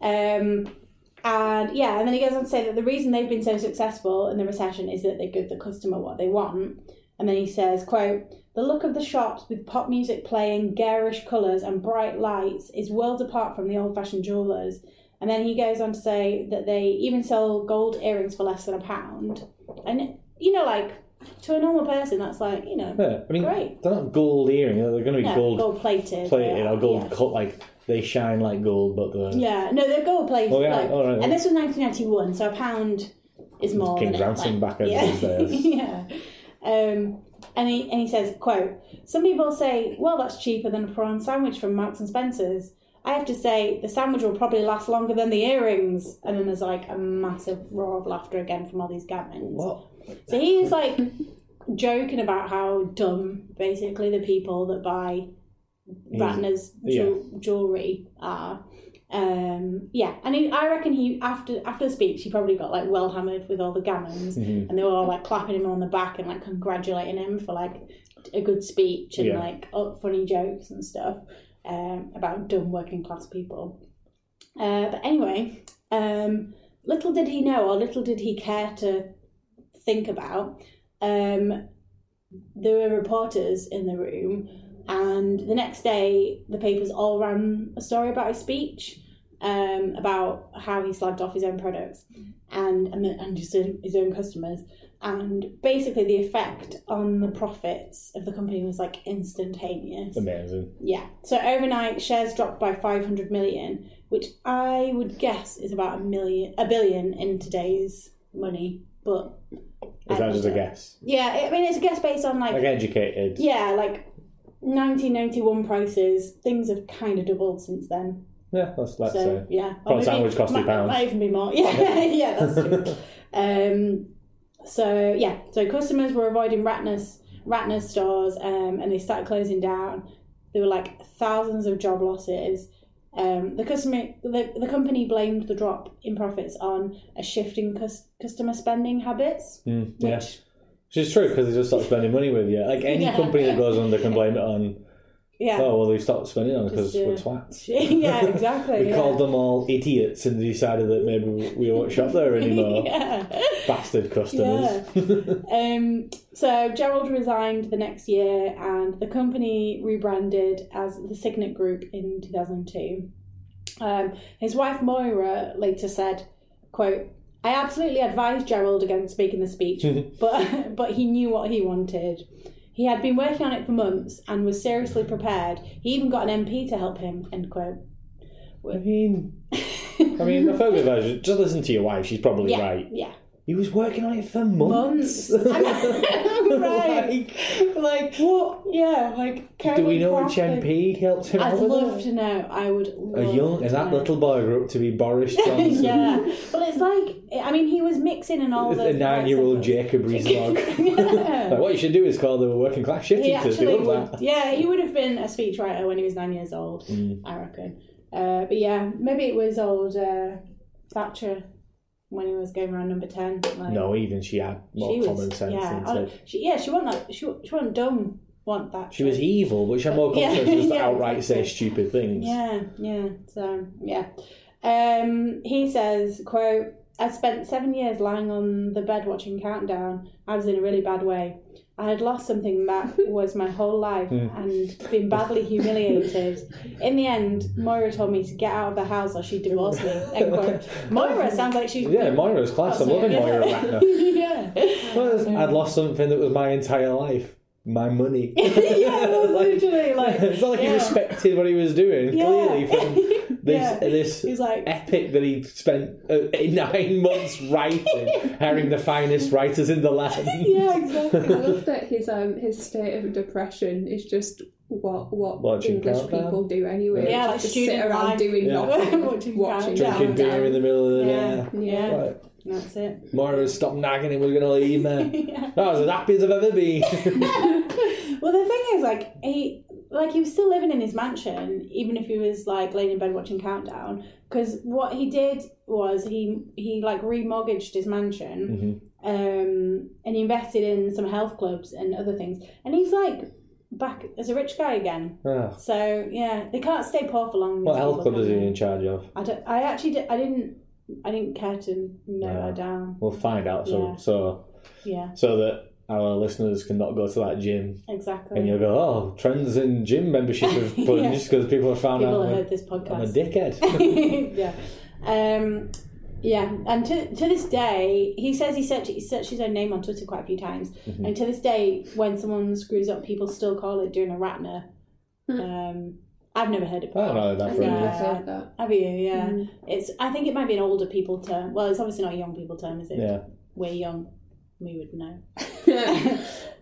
Speaker 2: Um, and yeah, and then he goes on to say that the reason they've been so successful in the recession is that they give the customer what they want. And then he says, quote, the look of the shops with pop music playing, garish colours and bright lights is worlds apart from the old fashioned jewellers. And then he goes on to say that they even sell gold earrings for less than a pound. And, you know, like, to a normal person, that's like, you know,
Speaker 3: Yeah, I mean,
Speaker 2: Great.
Speaker 3: they're not gold earring. They're going to be
Speaker 2: no,
Speaker 3: gold,
Speaker 2: plated.
Speaker 3: plated
Speaker 2: yeah,
Speaker 3: or gold
Speaker 2: yeah.
Speaker 3: cut. Like they shine like gold, but they're
Speaker 2: Yeah, no, they're gold plated.
Speaker 3: Oh, yeah,
Speaker 2: like,
Speaker 3: all right,
Speaker 2: and
Speaker 3: yeah.
Speaker 2: this was 1991, so a pound is more.
Speaker 3: King
Speaker 2: than
Speaker 3: Ransom
Speaker 2: it,
Speaker 3: back in
Speaker 2: yeah.
Speaker 3: those days.
Speaker 2: yeah. Um, and he and he says, "quote Some people say, well, that's cheaper than a prawn sandwich from Marks and Spencers." I have to say, the sandwich will probably last longer than the earrings. And then there's like a massive roar of laughter again from all these gammons.
Speaker 3: what?
Speaker 2: So he's like joking about how dumb basically the people that buy Ratner's jewel- jewelry are. Um, yeah, and he, I reckon he after after the speech he probably got like well hammered with all the gammons,
Speaker 3: Mm-hmm. Mm.
Speaker 2: and they were all like clapping him on the back and like congratulating him for like a good speech and
Speaker 3: Yeah.
Speaker 2: like oh, funny jokes and stuff um, about dumb working class people. Uh, but anyway, um, little did he know, or little did he care to think about, um, there were reporters in the room, and the next day the papers all ran a story about his speech, um, about how he slagged off his own products, and and, the, and his own, his own customers, and basically the effect on the profits of the company was like instantaneous.
Speaker 3: Amazing.
Speaker 2: Yeah. So overnight shares dropped by 500 million, which I would guess is about a million a billion in today's money, but
Speaker 3: Is that just a guess?
Speaker 2: Yeah, I mean, it's a guess based on like,
Speaker 3: Like educated.
Speaker 2: yeah, like 1991 prices. Things have kind of doubled since then.
Speaker 3: Yeah, let's, let's
Speaker 2: So
Speaker 3: say.
Speaker 2: yeah,
Speaker 3: Prawn sandwich cost
Speaker 2: might,
Speaker 3: two pounds.
Speaker 2: Might even be more. Yeah, yeah, that's true. um, so yeah, so customers were avoiding Ratner's Ratner's stores, um, and they started closing down. There were like thousands of job losses. Um, the customer, the, the company blamed the drop in profits on a shift in cus- customer spending habits.
Speaker 3: Mm, yeah. Which is true because they just stop spending money with you. Like any
Speaker 2: Yeah.
Speaker 3: company that goes under can blame it on,
Speaker 2: Yeah,
Speaker 3: oh, well, they stopped spending on because
Speaker 2: Just,
Speaker 3: we're
Speaker 2: uh,
Speaker 3: twats.
Speaker 2: yeah, exactly.
Speaker 3: We
Speaker 2: yeah.
Speaker 3: called them all idiots and decided that maybe we won't shop there anymore.
Speaker 2: Yeah.
Speaker 3: Bastard customers.
Speaker 2: Um, so Gerald resigned the next year, and the company rebranded as the Signet Group in 2002. Um, his wife Moira later said, "quote I absolutely advised Gerald against making the speech, but but he knew what he wanted. He had been working on it for months and was seriously prepared. He even got an MP to help him." End quote.
Speaker 3: I mean, I mean, the photo version, just listen to your wife, she's probably
Speaker 2: Yeah,
Speaker 3: right.
Speaker 2: yeah.
Speaker 3: He was working on it for months.
Speaker 2: right.
Speaker 3: Like,
Speaker 2: Like, what? Yeah, like.
Speaker 3: do we
Speaker 2: Caroline
Speaker 3: know which
Speaker 2: Crawford.
Speaker 3: MP helped him
Speaker 2: I'd
Speaker 3: out with
Speaker 2: love
Speaker 3: that?
Speaker 2: to know. I would love
Speaker 3: A young,
Speaker 2: to
Speaker 3: and that
Speaker 2: know.
Speaker 3: little boy grew up to be Boris Johnson.
Speaker 2: yeah. Well, it's like I mean, he was mixing and all the
Speaker 3: A nine-year-old Jacob Rees-Mogg.
Speaker 2: yeah.
Speaker 3: Like, what you should do is call the working class shit
Speaker 2: He
Speaker 3: eaters. They
Speaker 2: actually
Speaker 3: love
Speaker 2: would,
Speaker 3: that. Mm.
Speaker 2: yeah, he would have been a speechwriter when he was nine years old, I reckon. Uh, but yeah, maybe it was old uh, Thatcher when he was going around number ten. Like,
Speaker 3: No, even she had more
Speaker 2: she was,
Speaker 3: common sense
Speaker 2: Yeah,
Speaker 3: into
Speaker 2: oh, she, yeah, she wasn't like she, wa- she wasn't dumb. Want that?
Speaker 3: She was evil, but she had more common
Speaker 2: Yeah,
Speaker 3: sense just to
Speaker 2: yeah,
Speaker 3: outright say
Speaker 2: exactly.
Speaker 3: stupid things.
Speaker 2: Yeah, yeah. So yeah, um, he says, "quote I spent seven years lying on the bed watching Countdown. I was in a really bad way. I had lost something that was my whole life and been badly humiliated. In the end, Moira told me to get out of the house or she'd divorce me." End quote. Moira sounds like she's
Speaker 3: Yeah, Moira's class. I'm loving Moira Ratner.
Speaker 2: yeah.
Speaker 3: Well, I'd lost something that was my entire life. My money.
Speaker 2: yeah, that's literally like
Speaker 3: it's not like he
Speaker 2: yeah.
Speaker 3: respected what he was doing,
Speaker 2: Yeah.
Speaker 3: clearly, from
Speaker 2: Yeah. He's
Speaker 3: this, this
Speaker 2: like-
Speaker 3: epic that he spent uh, nine months writing, hiring the finest writers in the land.
Speaker 2: yeah, exactly.
Speaker 1: I love that his um his state of depression is just what what
Speaker 3: Watching
Speaker 1: English
Speaker 3: Countdown.
Speaker 1: people do anyway.
Speaker 2: Yeah, like
Speaker 1: just
Speaker 2: student
Speaker 1: sit around
Speaker 2: life.
Speaker 1: doing
Speaker 3: Yeah.
Speaker 1: nothing,
Speaker 2: Watching
Speaker 1: watching
Speaker 3: Drinking
Speaker 2: Countdown.
Speaker 1: Countdown.
Speaker 3: beer in the middle of the
Speaker 2: Yeah,
Speaker 3: night.
Speaker 2: yeah.
Speaker 3: Right.
Speaker 2: That's it.
Speaker 3: Moira stopped nagging him, we're going to leave now. I was as happy as I've ever been.
Speaker 2: Well, the thing is, like he, like he was still living in his mansion, even if he was like laying in bed watching Countdown. Because what he did was he he like remortgaged his mansion,
Speaker 3: Hmm.
Speaker 2: um, and he invested in some health clubs and other things. And he's like back as a rich guy again.
Speaker 3: Ah,
Speaker 2: So yeah, they can't stay poor for long.
Speaker 3: what
Speaker 2: these
Speaker 3: health
Speaker 2: people,
Speaker 3: club is he
Speaker 2: can they?
Speaker 3: in charge of?
Speaker 2: I don't. I actually did, I didn't. I didn't care to know her down.
Speaker 3: We'll find out so
Speaker 2: Yeah.
Speaker 3: so
Speaker 2: Yeah,
Speaker 3: so that our listeners can not go to that gym
Speaker 2: exactly.
Speaker 3: and you'll go, oh, trends in gym membership have plunged because people have found
Speaker 2: People
Speaker 3: out
Speaker 2: have
Speaker 3: I'm a-
Speaker 2: heard this podcast.
Speaker 3: I'm a dickhead.
Speaker 2: yeah. Um, yeah, and to, to this day, he says he searched, he searched his own name on Twitter quite a few times. And to this day, when someone screws up, people still call it doing a Ratner. Um, I've never heard it
Speaker 3: I don't
Speaker 2: before.
Speaker 3: know that
Speaker 1: I
Speaker 3: for
Speaker 1: think
Speaker 2: Yeah.
Speaker 1: I've heard that.
Speaker 2: Have you? Yeah. It's. I think it might be an older people term. Well, it's obviously not a young people term, is it?
Speaker 3: Yeah.
Speaker 2: We're young. We would know.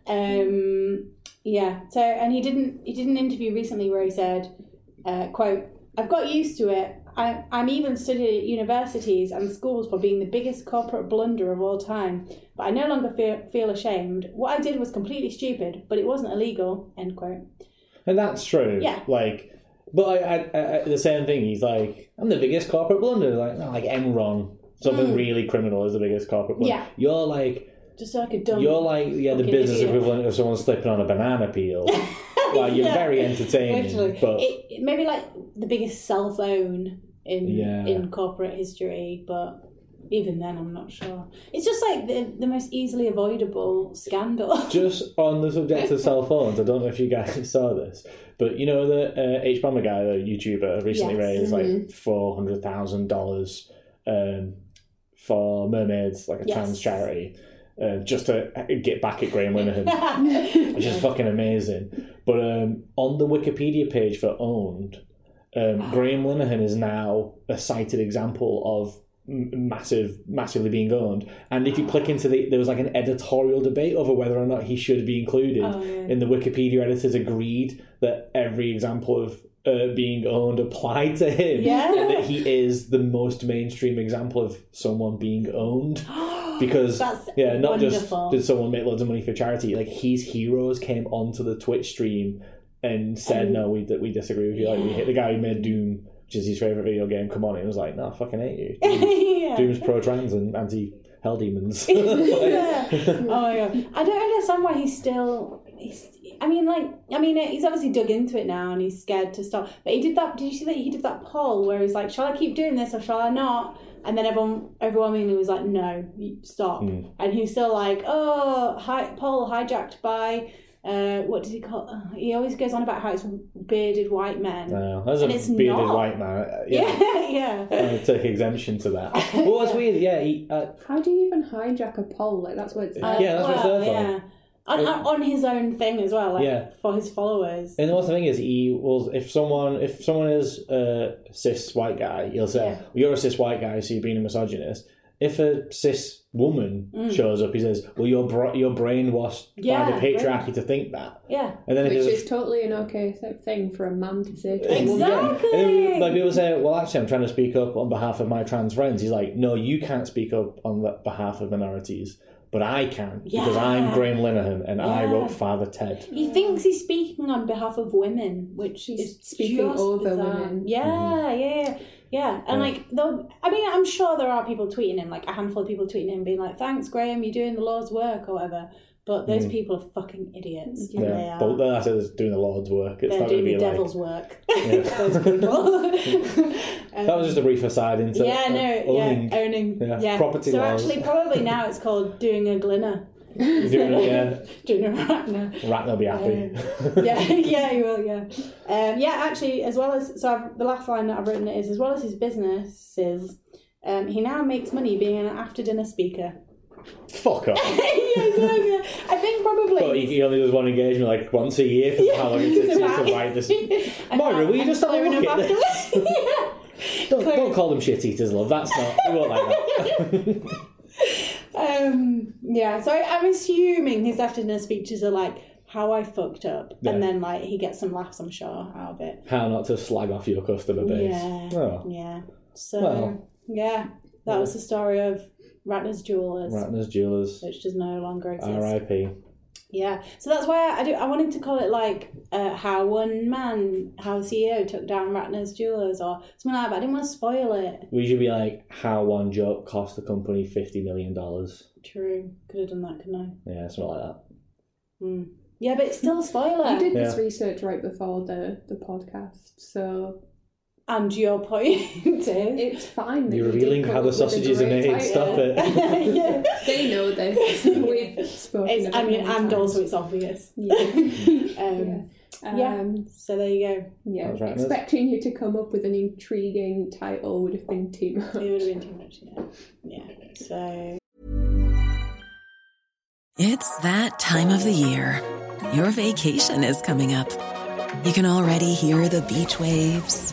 Speaker 2: um, yeah. So, and he didn't. He did an interview recently where he said, uh, "quote I've got used to it. I, I'm even studied at universities and schools for being the biggest corporate blunder of all time. But I no longer feel feel ashamed. What I did was completely stupid, but it wasn't illegal." End quote.
Speaker 3: And that's true.
Speaker 2: Yeah.
Speaker 3: Like, but I, I, I- I, the same thing. He's like, I'm the biggest corporate blunder. Like, no, like Enron, something really criminal is the biggest corporate blunder.
Speaker 2: Hmm. Yeah.
Speaker 3: You're like,
Speaker 2: Just like a dumb.
Speaker 3: you're like, yeah, the
Speaker 2: Fucking
Speaker 3: business
Speaker 2: idiot.
Speaker 3: equivalent of someone slipping on a banana peel. like, you're very entertaining,
Speaker 2: Literally.
Speaker 3: but
Speaker 2: It, it maybe like the biggest cell phone in
Speaker 3: Yeah.
Speaker 2: in corporate history, but even then, I'm not sure. It's just like the the most easily avoidable scandal.
Speaker 3: just on the subject of cell phones, I don't know if you guys saw this, but you know the uh, H Bomber guy, the YouTuber, recently
Speaker 2: Yes. mm-hmm.
Speaker 3: raised like four hundred thousand dollars um, for mermaids, like a
Speaker 2: Yes.
Speaker 3: trans charity, uh, just to get back at Graham Linehan, which is fucking amazing. But um, on the Wikipedia page for owned, um, Graham Linehan is now a cited example of m- massive, massively being owned. And if you click into the, there was like an editorial debate over whether or not he should be included. And the Wikipedia editors agreed that every example of uh, being owned applied to him.
Speaker 2: Yeah.
Speaker 3: And that he is the most mainstream example of someone being owned. Because
Speaker 2: That's
Speaker 3: yeah, not
Speaker 2: wonderful.
Speaker 3: just did someone make loads of money for charity. Like his heroes came onto the Twitch stream and said, "No, we we disagree with you." Like we hit the guy who made Doom, which is his favorite video game. Come on, and he was like, "No, I fucking hate you." Doom's-
Speaker 2: yeah.
Speaker 3: Doom's pro trans and anti hell demons.
Speaker 2: Yeah. oh my god! I don't understand why he's still. He's, I mean, like, I mean, he's obviously dug into it now and he's scared to stop. But he did that. Did you see that he did that poll where he's like, "Shall I keep doing this or shall I not?" And then everyone overwhelmingly was like, "No, you- stop."
Speaker 3: Hmm.
Speaker 2: And he's still like, "Oh, hi, poll hijacked by." Uh, what does he call? uh, He always goes on about how it's bearded white men.
Speaker 3: No, that's a
Speaker 2: And it's
Speaker 3: bearded
Speaker 2: not.
Speaker 3: white man. Uh, Yeah.
Speaker 2: yeah, yeah.
Speaker 3: I take exemption to that. Well, that's weird. Yeah, he, uh,
Speaker 1: How do you even hijack a poll? Like that's what it's.
Speaker 3: Uh, Yeah, that's what it's there for.
Speaker 2: yeah. On, on on his own thing as well, like
Speaker 3: Yeah.
Speaker 2: for his followers.
Speaker 3: And what's the thing is, he will. If someone, if someone is a cis white guy, he'll say,
Speaker 2: Yeah.
Speaker 3: well, "You're a cis white guy, so you're being a misogynist." If a cis woman shows up, he says, "Well, you're bra- you're brainwashed by
Speaker 2: Mm. Yeah,
Speaker 3: the patriarchy to think that."
Speaker 2: Yeah.
Speaker 3: And then if
Speaker 1: Which
Speaker 3: there's a-
Speaker 1: is totally an okay th- thing for a man to say to a woman.
Speaker 2: Exactly.
Speaker 3: And then, like people say, well, actually, I'm trying to speak up on behalf of my trans friends. He's like, no, you can't speak up on the behalf of minorities, but I can because
Speaker 2: Yeah.
Speaker 3: I'm Graham Linehan and I wrote Father Ted.
Speaker 2: He thinks he's speaking on behalf of women, which
Speaker 1: He's
Speaker 2: is
Speaker 1: speaking
Speaker 2: just
Speaker 1: over
Speaker 2: bizarre.
Speaker 3: Mm-hmm.
Speaker 1: women.
Speaker 2: Yeah, yeah, yeah, yeah. And like, though, I mean, I'm sure there are people tweeting him, like a handful of people tweeting him, being like, "Thanks, Graham, you're doing the Lord's work" or whatever. But those
Speaker 3: Mm.
Speaker 2: people are fucking idiots. Yeah, they are.
Speaker 3: But that's it, it's doing the Lord's work. It's
Speaker 2: They're
Speaker 3: not going
Speaker 2: doing
Speaker 3: to be
Speaker 2: the
Speaker 3: like.
Speaker 2: devil's work. those people. Um,
Speaker 3: That was just a brief aside into
Speaker 2: yeah,
Speaker 3: uh,
Speaker 2: no,
Speaker 3: owning.
Speaker 2: yeah, owning,
Speaker 3: Yeah,
Speaker 2: yeah,
Speaker 3: property
Speaker 2: So
Speaker 3: laws.
Speaker 2: actually, probably now it's called doing a glinner,
Speaker 3: Doing it, yeah.
Speaker 2: doing a ratna.
Speaker 3: Rat will be happy.
Speaker 2: yeah, yeah, you will, yeah. Um, yeah, actually, as well as so, I've, the last line that I've written is as well as his businesses, um, he now makes money being an after-dinner speaker.
Speaker 3: Fuck off.
Speaker 2: yeah, yeah, yeah. I think probably.
Speaker 3: But he, he only does one engagement like once a year because how long it takes him to write this.
Speaker 2: And
Speaker 3: Moira, will you
Speaker 2: I'm
Speaker 3: just have a
Speaker 2: clearing
Speaker 3: look
Speaker 2: up
Speaker 3: at
Speaker 2: afterwards. yeah.
Speaker 3: Don't, don't call them shit eaters, love. That's not. We won't like that.
Speaker 2: Um, yeah, so I, I'm assuming his after dinner speeches are like how I fucked up,
Speaker 3: Yeah.
Speaker 2: and then like he gets some laughs, I'm sure, out of it.
Speaker 3: How not to slag off your customer base.
Speaker 2: Yeah,
Speaker 3: Oh.
Speaker 2: yeah. So
Speaker 3: Well.
Speaker 2: yeah, that was the story of Ratner's Jewelers,
Speaker 3: Ratner's Jewelers,
Speaker 2: which does no longer exist.
Speaker 3: R.I.P.
Speaker 2: Yeah, so that's why I, I do. I wanted to call it like uh, how one man, how CEO took down Ratner's Jewelers or something like that. But I didn't want to spoil it.
Speaker 3: We should be like, how one joke cost the company fifty million dollars.
Speaker 2: True, could have done that, couldn't I?
Speaker 3: Yeah, something like that.
Speaker 2: Yeah, but it's still a spoiler.
Speaker 1: I did this
Speaker 3: Yeah.
Speaker 1: research right before the, the podcast, so
Speaker 2: And your point is.
Speaker 1: it's fine. that
Speaker 3: You're
Speaker 1: you did
Speaker 3: revealing
Speaker 1: come
Speaker 3: how
Speaker 1: up
Speaker 3: the
Speaker 1: with a
Speaker 3: sausages are
Speaker 1: great
Speaker 3: made.
Speaker 1: title.
Speaker 3: Stop it.
Speaker 2: yeah.
Speaker 1: They know this. We've spoken.
Speaker 2: It's, I
Speaker 1: about
Speaker 2: mean,
Speaker 1: it many
Speaker 2: and
Speaker 1: times.
Speaker 2: also it's obvious.
Speaker 1: yeah.
Speaker 2: Um,
Speaker 1: yeah. Um,
Speaker 2: So there you go.
Speaker 1: yeah.
Speaker 3: That was right, Liz.
Speaker 1: Expecting you to come up with an intriguing title would have been too much.
Speaker 2: It would have been too much. Yeah. Yeah. So
Speaker 5: It's that time of the year. Your vacation is coming up. You can already hear the beach waves,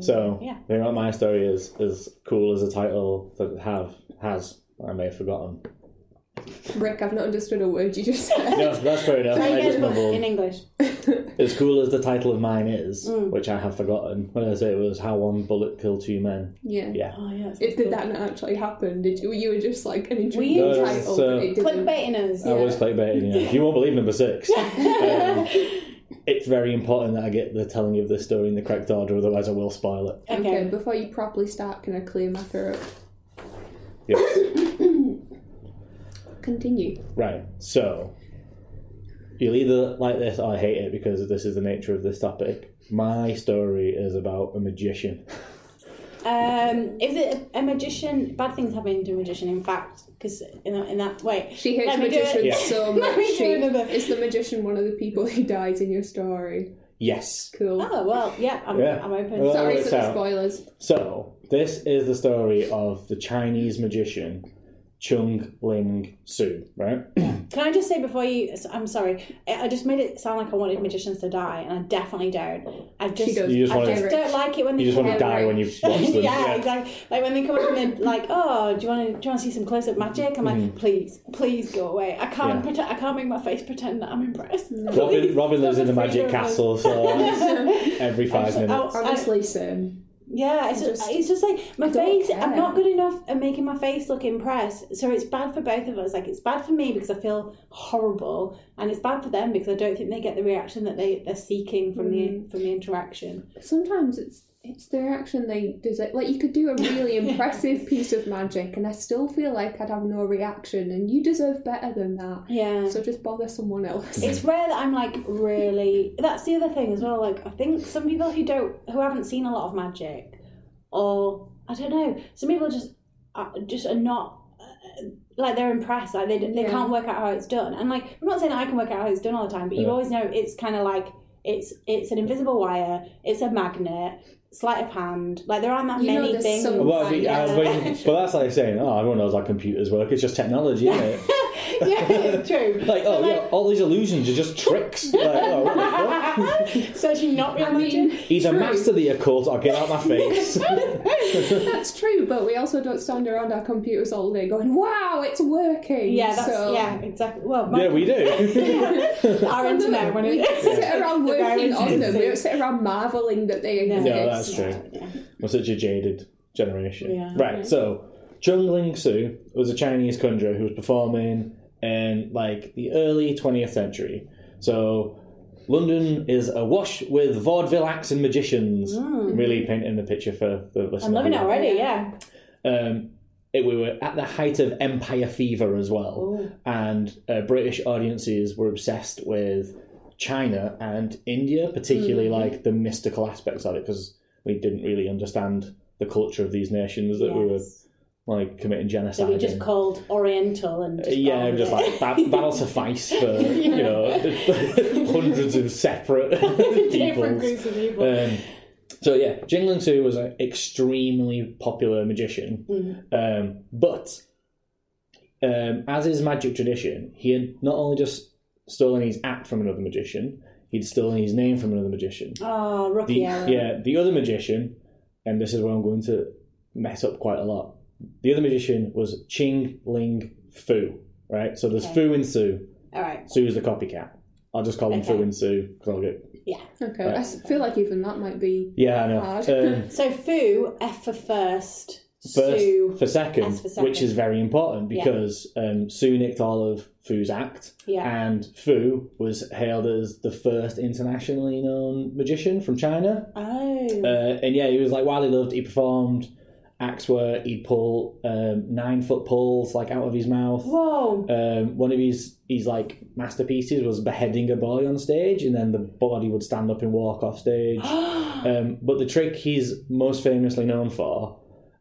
Speaker 3: So
Speaker 2: Yeah.
Speaker 3: I think that my story is as cool as a title that it have has. I may have forgotten.
Speaker 1: Rick, I've not understood a word you just said.
Speaker 3: No, that's fair enough.
Speaker 2: Very
Speaker 3: I just
Speaker 2: good book in
Speaker 3: mumbled.
Speaker 2: English.
Speaker 3: As cool as the title of mine is,
Speaker 2: Mm.
Speaker 3: which I have forgotten. What did I say? It was how one bullet killed two men.
Speaker 1: yeah.
Speaker 3: Yeah.
Speaker 2: Oh yeah.
Speaker 1: It, did that not actually happen? Did you? You were just like an
Speaker 2: We- No,
Speaker 1: intriguing
Speaker 3: it's,
Speaker 1: title,
Speaker 3: uh,
Speaker 1: but it didn't.
Speaker 2: Clickbaiting us.
Speaker 3: I was clickbaiting you. You won't believe number six. Um, it's very important that I get the telling of this story in the correct order, otherwise I will spoil it.
Speaker 1: Okay,
Speaker 2: Okay.
Speaker 1: before you properly start, can I clear my throat?
Speaker 3: Yes.
Speaker 1: Continue.
Speaker 3: right. So you'll either like this or hate it because this is the nature of this topic. My story is about a magician.
Speaker 2: Um, is it a, a magician? Bad things happen to a magician. In fact, because in, that- in that way,
Speaker 1: She hates
Speaker 2: Let me do it.
Speaker 1: magicians
Speaker 3: Yeah.
Speaker 1: so
Speaker 2: Let
Speaker 1: much.
Speaker 2: me do
Speaker 1: She,
Speaker 2: another.
Speaker 1: is the magician one of the people who dies in your story?
Speaker 3: Yes.
Speaker 1: Cool.
Speaker 2: Oh well, yeah. I'm,
Speaker 3: Yeah.
Speaker 2: I'm open.
Speaker 3: Well,
Speaker 1: Sorry
Speaker 3: works
Speaker 1: for the
Speaker 3: out.
Speaker 1: spoilers.
Speaker 3: So this is the story of the Chinese magician Chung Ling Su, right?
Speaker 2: Can I just say before you? s- I'm sorry. I I just made it sound like I wanted magicians to die, and I definitely don't. I just,
Speaker 1: goes,
Speaker 3: You just
Speaker 2: I
Speaker 3: wanna-
Speaker 2: just don't like it when they
Speaker 3: You just
Speaker 2: come
Speaker 3: want to
Speaker 2: out-
Speaker 3: die when you watch them.
Speaker 2: yeah, exactly. Like when they come up and they're like, "Oh, do you want to do you want to see some close up magic?" I'm like, "Please, please go away. I can't
Speaker 3: Mm-hmm. Yeah.
Speaker 2: pretend. I can't make my face pretend that I'm impressed."
Speaker 3: Robin,
Speaker 2: Please,
Speaker 3: Robin lives in
Speaker 2: stop
Speaker 3: the
Speaker 2: it,
Speaker 3: magic
Speaker 2: freedom.
Speaker 3: castle, so every five
Speaker 2: I-
Speaker 3: minutes.
Speaker 1: Honestly, Sam.
Speaker 2: Yeah, it's just, it's just like my
Speaker 1: don't
Speaker 2: face.
Speaker 1: care.
Speaker 2: I'm not good enough at making my face look impressed, so it's bad for both of us. Like it's bad for me because I feel horrible, and it's bad for them because I don't think they get the reaction that they they're seeking from the from the interaction.
Speaker 1: Sometimes it's it's the reaction they deserve. Like you could do a really impressive piece of magic, and I still feel like I'd have no reaction, and you deserve better than that.
Speaker 2: Yeah.
Speaker 1: So just bother someone else.
Speaker 2: It's rare that I'm like really. That's the other thing as well. Like I think some people who don't, who haven't seen a lot of magic, or I don't know, some people just are, just are not uh, like they're impressed. Like they they
Speaker 1: Yeah.
Speaker 2: can't work out how it's done. And like I'm not saying that I can work out how it's done all the time, but you
Speaker 3: Yeah.
Speaker 2: always know it's kind of like it's it's an invisible wire, it's a magnet, sleight of hand. Like there aren't that
Speaker 1: You know
Speaker 2: many
Speaker 1: there's
Speaker 2: things.
Speaker 1: some-
Speaker 3: Well, I mean,
Speaker 1: Yeah.
Speaker 3: I- but, but that's like saying, oh, everyone knows how computers work. It's just technology, isn't it?
Speaker 2: yeah, true.
Speaker 3: Like, oh, yeah, all these illusions are just tricks. Like, oh, what the fuck?
Speaker 2: so should you not be
Speaker 1: I
Speaker 2: a magician?
Speaker 1: mean,
Speaker 3: Either master the occult or get out my face.
Speaker 1: that's true, but we also don't stand around our computers all day going, "Wow, it's working."
Speaker 2: Yeah, that's
Speaker 1: so,
Speaker 2: yeah, exactly. Well, my-
Speaker 3: yeah, we do.
Speaker 2: our internet when
Speaker 1: We
Speaker 2: it
Speaker 1: don't sit around
Speaker 2: The
Speaker 1: working
Speaker 2: various
Speaker 1: on them. We don't
Speaker 2: instances.
Speaker 1: sit around marveling that they exist.
Speaker 3: No, that's true. We're such a jaded generation. Right, so Chung Ling Su was a Chinese conjurer who was performing in like the early 20th century. So London is awash with vaudeville acts and magicians. Really painting the picture for the listener.
Speaker 2: Hmm. I'm loving it
Speaker 3: who-
Speaker 2: already. Yeah,
Speaker 3: um, it, we were at the height of empire fever as well, and uh, British audiences were obsessed with China and India, particularly
Speaker 2: Mm-hmm.
Speaker 3: like the mystical aspects of it, because we didn't really understand the culture of these nations that we were like committing genocide.
Speaker 2: so we just
Speaker 3: in.
Speaker 2: called Oriental and just
Speaker 3: yeah,
Speaker 2: gone
Speaker 3: I'm just
Speaker 2: with
Speaker 3: like that, that'll suffice for you know hundreds of separate
Speaker 2: it. different
Speaker 3: peoples.
Speaker 2: groups of people.
Speaker 3: Um, so yeah, Jingling Su was an extremely popular magician,
Speaker 2: Mm-hmm.
Speaker 3: um, but um, as is magic tradition, he had not only just stolen his act from another magician, he'd stolen his name from another magician.
Speaker 2: oh,
Speaker 3: The,
Speaker 2: Rocky
Speaker 3: yeah.
Speaker 2: Error.
Speaker 3: the other magician, and this is where I'm going to mess up quite a lot. The other magician was Ching Ling Fu, right? So there's Fu and Su.
Speaker 2: All right.
Speaker 3: Su's the copycat. I'll just call him Fu
Speaker 2: Okay.
Speaker 3: and Su because I'll get.
Speaker 2: Yeah.
Speaker 1: Okay, I s- feel like even that might be.
Speaker 3: Yeah, I
Speaker 1: Hard.
Speaker 3: know. Um,
Speaker 2: So Fu F for first.
Speaker 3: first
Speaker 2: Sue.
Speaker 3: for, second,
Speaker 2: S for second.
Speaker 3: which is very important
Speaker 2: Yeah.
Speaker 3: because um, Sue nicked all of Fu's act,
Speaker 2: Yeah.
Speaker 3: and Fu was hailed as the first internationally known magician from China.
Speaker 2: Oh.
Speaker 3: Uh, and yeah, he was like wildly loved. He performed acts where he'd pull um, nine foot poles like out of his mouth.
Speaker 2: Whoa.
Speaker 3: Um, one of his his like masterpieces was beheading a boy on stage, and then the body would stand up and walk off stage. um, but the trick he's most famously known for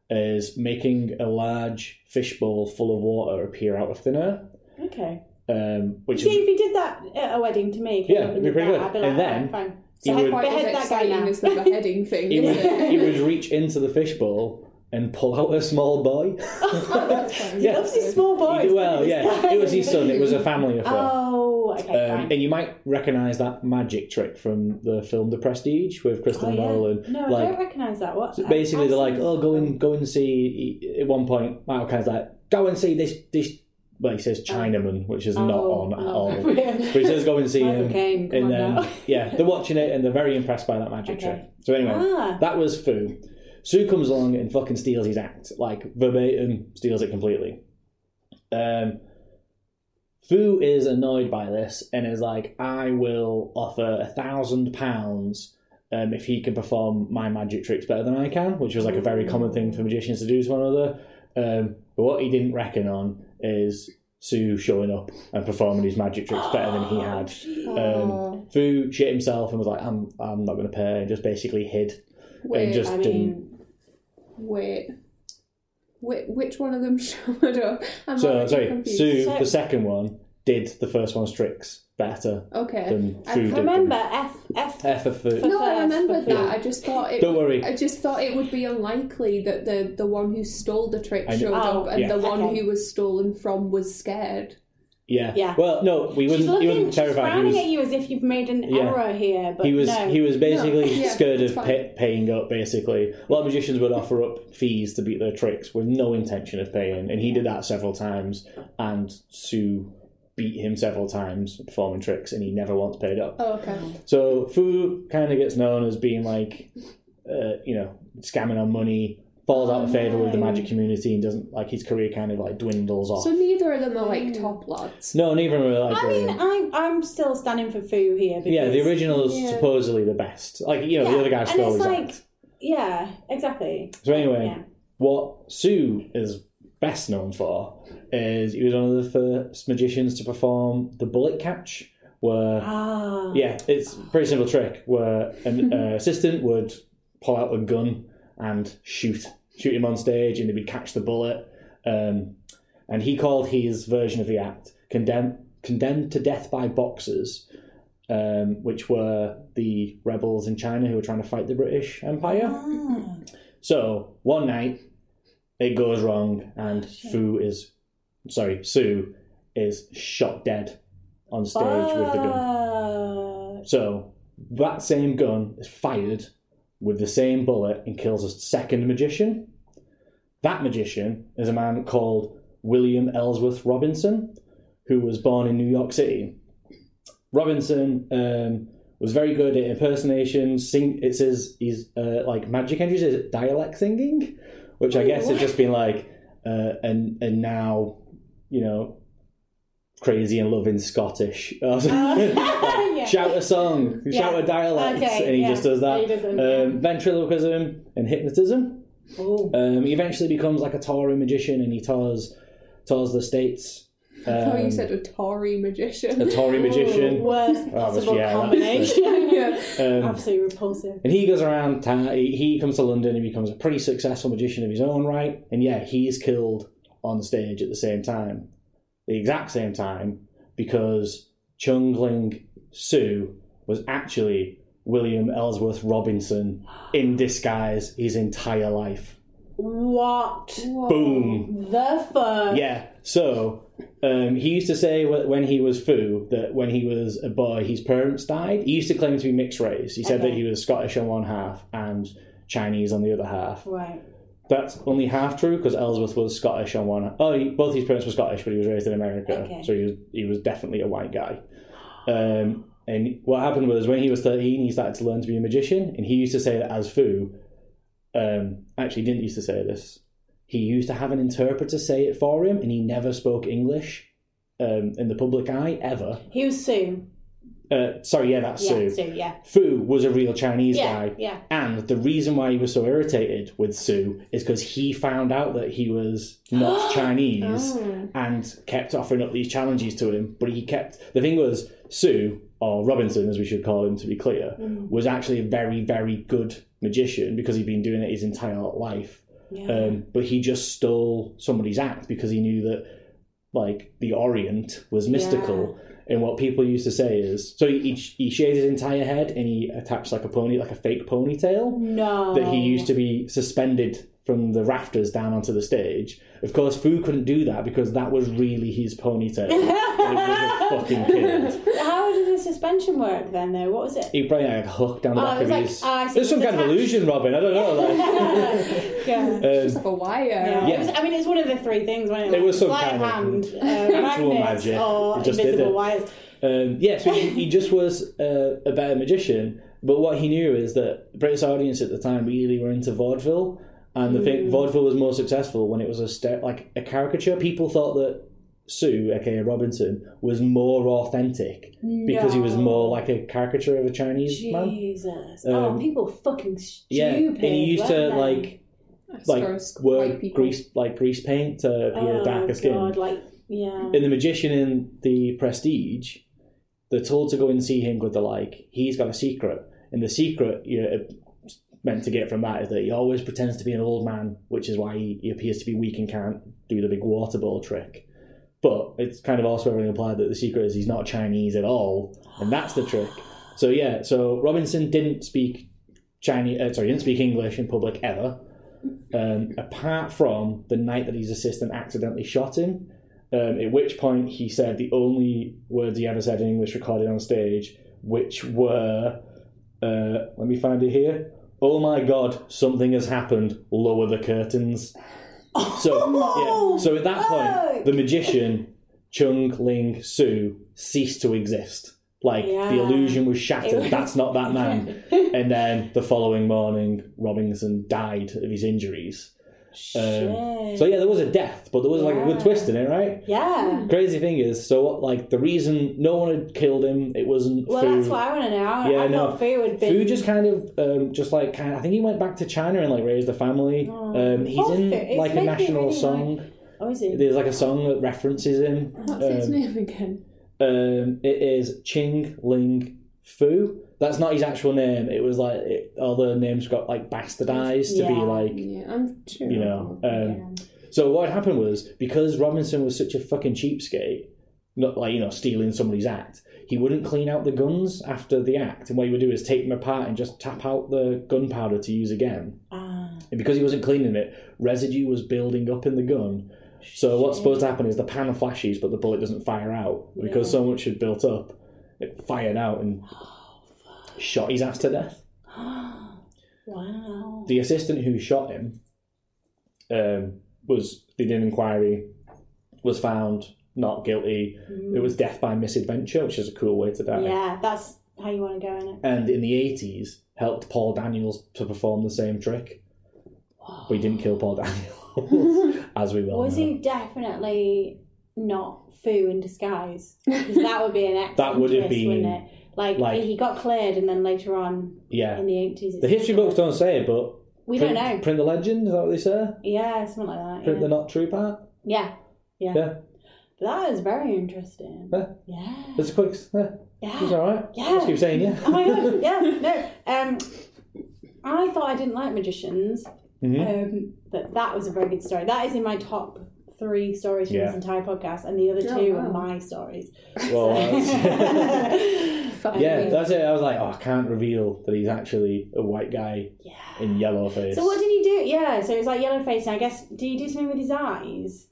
Speaker 3: is making a large fishbowl full of water appear out of thin air,
Speaker 2: Okay.
Speaker 3: um, which
Speaker 2: See,
Speaker 3: is
Speaker 2: if he did that at a wedding to me, if
Speaker 3: Yeah,
Speaker 2: he
Speaker 3: it'd be pretty
Speaker 2: did
Speaker 3: good.
Speaker 2: I'd be
Speaker 3: And
Speaker 2: like,
Speaker 3: then
Speaker 2: "Alright, fine.
Speaker 3: he
Speaker 2: So
Speaker 3: would-
Speaker 2: behead
Speaker 1: Quite as
Speaker 2: that guy
Speaker 1: exciting
Speaker 2: now.
Speaker 1: as the beheading thing,
Speaker 3: he would
Speaker 1: is it?
Speaker 3: he would reach into the fishbowl and pull out a small boy.
Speaker 2: He loves his small boys.
Speaker 3: well, yeah, it was his son. It was a family affair.
Speaker 2: Oh, okay.
Speaker 3: Um, and you might recognise that magic trick from the film The Prestige with
Speaker 2: fine.
Speaker 3: Kristen Bell and
Speaker 2: Oh, no, I don't
Speaker 3: like
Speaker 2: recognise that. What?
Speaker 3: basically
Speaker 2: I've
Speaker 3: they're like,
Speaker 2: seen-
Speaker 3: oh, go and go and see. At one point, Michael Caine's like, go and see this this. Well, he says Chinaman, which is not
Speaker 2: Oh,
Speaker 3: on at
Speaker 2: no.
Speaker 3: all. but he says go and see
Speaker 2: Michael
Speaker 3: him,
Speaker 2: Caine, come
Speaker 3: Um, and
Speaker 2: on
Speaker 3: then
Speaker 2: now.
Speaker 3: yeah, they're watching it and they're very impressed by that magic
Speaker 2: Okay.
Speaker 3: trick. So anyway,
Speaker 2: Ah.
Speaker 3: that was Foo. Sue comes along and fucking steals his act, like verbatim, steals it completely. Um, Fu is annoyed by this and is like, I will offer a thousand pounds um, if he can perform my magic tricks better than I can, which was like a very common thing for magicians to do to one another. Um, but what he didn't reckon on is Sue showing up and performing his magic tricks better than he had.
Speaker 1: Oh,
Speaker 2: Oh.
Speaker 3: Um, Fu shit himself and was like, I'm, I'm not going to pay, and just basically hid. and
Speaker 1: Wait,
Speaker 3: just
Speaker 2: I
Speaker 3: didn't.
Speaker 2: mean,
Speaker 1: Wait. Wait, which one of them showed up? I'm
Speaker 3: So,
Speaker 1: already
Speaker 3: sorry,
Speaker 1: confused.
Speaker 3: Sue,
Speaker 2: So-
Speaker 3: the second one, did the first one's tricks better
Speaker 2: Oh.
Speaker 1: Okay.
Speaker 3: than
Speaker 1: I
Speaker 3: Fu did. them.
Speaker 2: remember F F.
Speaker 3: F of Fu.
Speaker 1: No, I
Speaker 2: first,
Speaker 1: remembered
Speaker 2: but-
Speaker 1: that. I just thought it.
Speaker 3: Don't worry.
Speaker 1: I just thought it would be unlikely that the the one who stole the trick
Speaker 3: I know.
Speaker 1: showed
Speaker 2: Oh,
Speaker 1: up, and
Speaker 3: yeah.
Speaker 1: the one
Speaker 2: Okay.
Speaker 1: who was stolen from was scared.
Speaker 3: Yeah.
Speaker 2: Yeah.
Speaker 3: Well, no, he
Speaker 2: She's
Speaker 3: wasn't.
Speaker 2: looking.
Speaker 3: he wasn't
Speaker 2: she's
Speaker 3: terrified.
Speaker 2: frowning
Speaker 3: he was.
Speaker 2: at you as if you've made an
Speaker 3: Yeah.
Speaker 2: error here, but
Speaker 3: he was.
Speaker 2: no.
Speaker 3: He was basically
Speaker 1: No, yeah,
Speaker 3: scared
Speaker 1: it's
Speaker 3: of
Speaker 1: fine.
Speaker 3: pay, paying up. Basically, a lot of magicians would offer up fees to beat their tricks with no intention of paying, and he did that several times. And Sue beat him several times performing tricks, and he never once paid up.
Speaker 1: Oh, okay.
Speaker 3: So Fu kind of gets known as being like, uh, you know, scamming on money. Falls
Speaker 2: Oh
Speaker 3: out of favour with the magic community and doesn't like his career kind of like dwindles off.
Speaker 1: So neither of them are like top lads.
Speaker 3: no, neither of them are like.
Speaker 2: I mean,
Speaker 3: uh,
Speaker 2: I'm I'm still standing for Foo here. Because,
Speaker 3: Yeah, the original is supposedly the best. Like, you know, the other guy
Speaker 2: and
Speaker 3: stole
Speaker 2: it's
Speaker 3: his
Speaker 2: like,
Speaker 3: act.
Speaker 2: yeah, exactly.
Speaker 3: So anyway,
Speaker 2: yeah.
Speaker 3: what Sue is best known for is he was one of the first magicians to perform the bullet catch, where
Speaker 2: Ah,
Speaker 3: yeah, it's a pretty simple trick where an uh, assistant would pull out a gun and shoot shoot him on stage, and they would catch the bullet. Um, and he called his version of the act condemned condemned to death by boxers, um, which were the rebels in China who were trying to fight the British Empire. So one night it goes wrong, and Fu is sorry Sue is shot dead on stage with the gun.
Speaker 2: Uh,
Speaker 3: So that same gun is fired with the same bullet and kills a second magician. That magician is a man called William Ellsworth Robinson, who was born in New York City. Robinson um, was very good at impersonation. Sing it says he's uh, like magic entries is it dialect singing, which I guess has just been like uh, and and now you know crazy and loving Scottish. or something. Shout a song, shout a dialect,
Speaker 2: Okay,
Speaker 3: and he
Speaker 2: yeah.
Speaker 3: just does that.
Speaker 2: He does it,
Speaker 3: um, ventriloquism and hypnotism. Um, he eventually becomes like a touring magician, and he tours tours the states. Um,
Speaker 1: I thought you said a Tory magician.
Speaker 3: A Tory magician. Oh,
Speaker 2: worst possible
Speaker 3: yeah, that's-
Speaker 2: combination.
Speaker 1: yeah.
Speaker 2: Absolutely repulsive.
Speaker 3: And he goes around town. He he comes to London. He becomes a pretty successful magician of his own right. And yeah, he is killed on stage at the same time, the exact same time, because Chung Ling Soo was actually William Ellsworth Robinson in disguise his entire life.
Speaker 2: What
Speaker 3: Boom.
Speaker 2: the fuck?
Speaker 3: Yeah. So um, he used to say wh- when he was Foo that when he was a boy, his parents died. He used to claim to be mixed race. He said that he was Scottish on one half and Chinese on the other half.
Speaker 2: Right.
Speaker 3: That's only half true because Ellsworth was Scottish on one. Oh, he, both his parents were Scottish, but he was raised in America,
Speaker 2: Okay.
Speaker 3: so he was he was definitely a white guy. Um, and what happened was when he was thirteen, he started to learn to be a magician, and he used to say that as Fu. Um, actually, didn't used to say this. He used to have an interpreter say it for him, and he never spoke English um, in the public eye ever.
Speaker 2: He was Sue.
Speaker 3: Uh, sorry, yeah, that's
Speaker 2: Yeah,
Speaker 3: Sue.
Speaker 2: Sue. Yeah.
Speaker 3: Fu was a real Chinese
Speaker 2: Yeah,
Speaker 3: guy.
Speaker 2: yeah.
Speaker 3: And the reason why he was so irritated with Sue is because he found out that he was not Chinese and kept offering up these challenges to him. But he kept. The thing was, Sue, or Robinson as we should call him to be clear, was actually a very, very good magician because he'd been doing it his entire life. Um, but he just stole somebody's act because he knew that like the Orient was mystical. And what people used to say is, so he, he, he shaved his entire head and he attached like a pony, like a fake ponytail
Speaker 2: No. Oh.
Speaker 3: that he used to be suspended from the rafters down onto the stage. Of course, Fu couldn't do that because that was really his ponytail. It would have fucking killed.
Speaker 2: How did the suspension work then, though? What was it?
Speaker 3: He probably had a hook down the
Speaker 2: Oh,
Speaker 3: back
Speaker 2: it was
Speaker 3: of
Speaker 2: like-
Speaker 3: his.
Speaker 2: oh, I see,
Speaker 3: There's some
Speaker 2: it's
Speaker 3: kind of
Speaker 2: attached.
Speaker 3: illusion, Robin. I don't know. Like,
Speaker 2: yeah.
Speaker 3: Um,
Speaker 1: It's like a wire.
Speaker 2: Yeah.
Speaker 3: Yeah.
Speaker 2: It was, I mean, it's one of the three things, wasn't it?
Speaker 3: It was some
Speaker 2: Sleight of hand,
Speaker 3: kind of
Speaker 2: uh, magnets,
Speaker 3: magic.
Speaker 2: or
Speaker 3: It just did
Speaker 2: invisible
Speaker 3: it.
Speaker 2: wires.
Speaker 3: um, yeah, so he, he just was uh, a better magician. But what he knew is that British audience at the time really were into vaudeville, and the thing vaudeville was more successful when it was a ste- like a caricature. People thought that Sue, aka Robinson, was more authentic because he was more like a caricature of a Chinese man.
Speaker 2: Jesus.
Speaker 3: Um,
Speaker 2: oh, people fucking stupid.
Speaker 3: Yeah, and he used to
Speaker 2: weren't they?
Speaker 3: like like
Speaker 1: Scores,
Speaker 3: work
Speaker 1: white people.
Speaker 3: grease like grease paint to appear
Speaker 2: oh,
Speaker 3: darker skin.
Speaker 2: God, like, yeah.
Speaker 3: in the magician in the prestige they're told to go and see him because they're like he's got a secret and the secret you're meant to get from that is that he always pretends to be an old man which is why he, he appears to be weak and can't do the big water ball trick but it's kind of also really implied that the secret is he's not chinese at all and that's the trick so yeah so robinson didn't speak chinese uh, sorry didn't speak english in public ever um, apart from the night that his assistant accidentally shot him um, at which point he said the only words he ever said in English recorded on stage, which were, uh, let me find it here. Oh my God, something has happened. Lower the curtains. So, yeah, so at that point, the magician Chung Ling Su ceased to exist. Like the
Speaker 2: Yeah.
Speaker 3: illusion was shattered. That's not that man. and then the following morning, Robinson died of his injuries. Um, so yeah, there was a death, but there was like a good twist in it, right?
Speaker 2: yeah.
Speaker 3: Crazy thing is, so what, like the reason no one had killed him, it wasn't
Speaker 2: Well,
Speaker 3: Fu.
Speaker 2: that's what I want to know. I,
Speaker 3: Yeah,
Speaker 2: I
Speaker 3: no.
Speaker 2: thought Fu would be.
Speaker 3: Fu just kind of, um, just like, kind of, I think he went back to China and like raised a family. Um, he's
Speaker 2: Oh,
Speaker 3: in
Speaker 2: Fu- it's
Speaker 3: like a
Speaker 2: making me
Speaker 3: national
Speaker 2: really
Speaker 3: song.
Speaker 2: Oh, is he?
Speaker 3: There's like a song that references him.
Speaker 1: What's his
Speaker 3: Um,
Speaker 1: name again?
Speaker 3: um, it is Ching Ling Fu. That's not his actual name. It was like it, all the names got like bastardized to be
Speaker 2: Yeah.
Speaker 3: like
Speaker 1: Yeah, I'm sure.
Speaker 3: you know. Um, So what happened was because Robinson was such a fucking cheapskate, not like you know stealing somebody's act, he wouldn't clean out the guns after the act, and what he would do is take them apart and just tap out the gunpowder to use again.
Speaker 2: Ah.
Speaker 3: And because he wasn't cleaning it, residue was building up in the gun. So what's supposed to happen is the pan flashes, but the bullet doesn't fire out because so much had built up. It fired out and shot his ass to death
Speaker 2: wow.
Speaker 3: the assistant who shot him um, was they did an inquiry, was found not guilty. It was death by misadventure, which is a cool way to die.
Speaker 2: Yeah, that's how you want to go in it.
Speaker 3: And in the eighties, helped Paul Daniels to perform the same trick. But he didn't kill Paul Daniels, as we will.
Speaker 2: Was
Speaker 3: know.
Speaker 2: he definitely not Fu in disguise? 'Cause that would be an excellent
Speaker 3: That would have
Speaker 2: twist,
Speaker 3: been,
Speaker 2: wouldn't it? Like,
Speaker 3: like-
Speaker 2: he got cleared, and then later on
Speaker 3: Yeah.
Speaker 2: in the eighties,
Speaker 3: The history books don't say it, but
Speaker 2: We
Speaker 3: print,
Speaker 2: don't know.
Speaker 3: Print the legend. Is that what they say?
Speaker 2: yeah, something like
Speaker 3: Print the
Speaker 2: that.
Speaker 3: not true part.
Speaker 2: Yeah. Yeah. yeah.
Speaker 3: Yeah,
Speaker 2: That is very interesting.
Speaker 3: Yeah.
Speaker 2: Yeah.
Speaker 3: that's a quick. Yeah,
Speaker 2: Yeah.
Speaker 3: it's all right.
Speaker 2: Yeah.
Speaker 3: Just keep saying yeah.
Speaker 2: Oh my god! Yeah, no. Um, I thought I didn't like magicians. Um, but that was a very good story. That is in my top three stories from
Speaker 3: Yeah.
Speaker 2: this entire podcast, and the other two are my stories.
Speaker 3: well, that's-
Speaker 1: Fuck
Speaker 3: Yeah,
Speaker 1: me.
Speaker 3: that's it. I was like, oh, I can't reveal that he's actually a white guy in yellow face.
Speaker 2: So what did he do? Yeah, so it was like yellow face, and I guess do you do something with his eyes?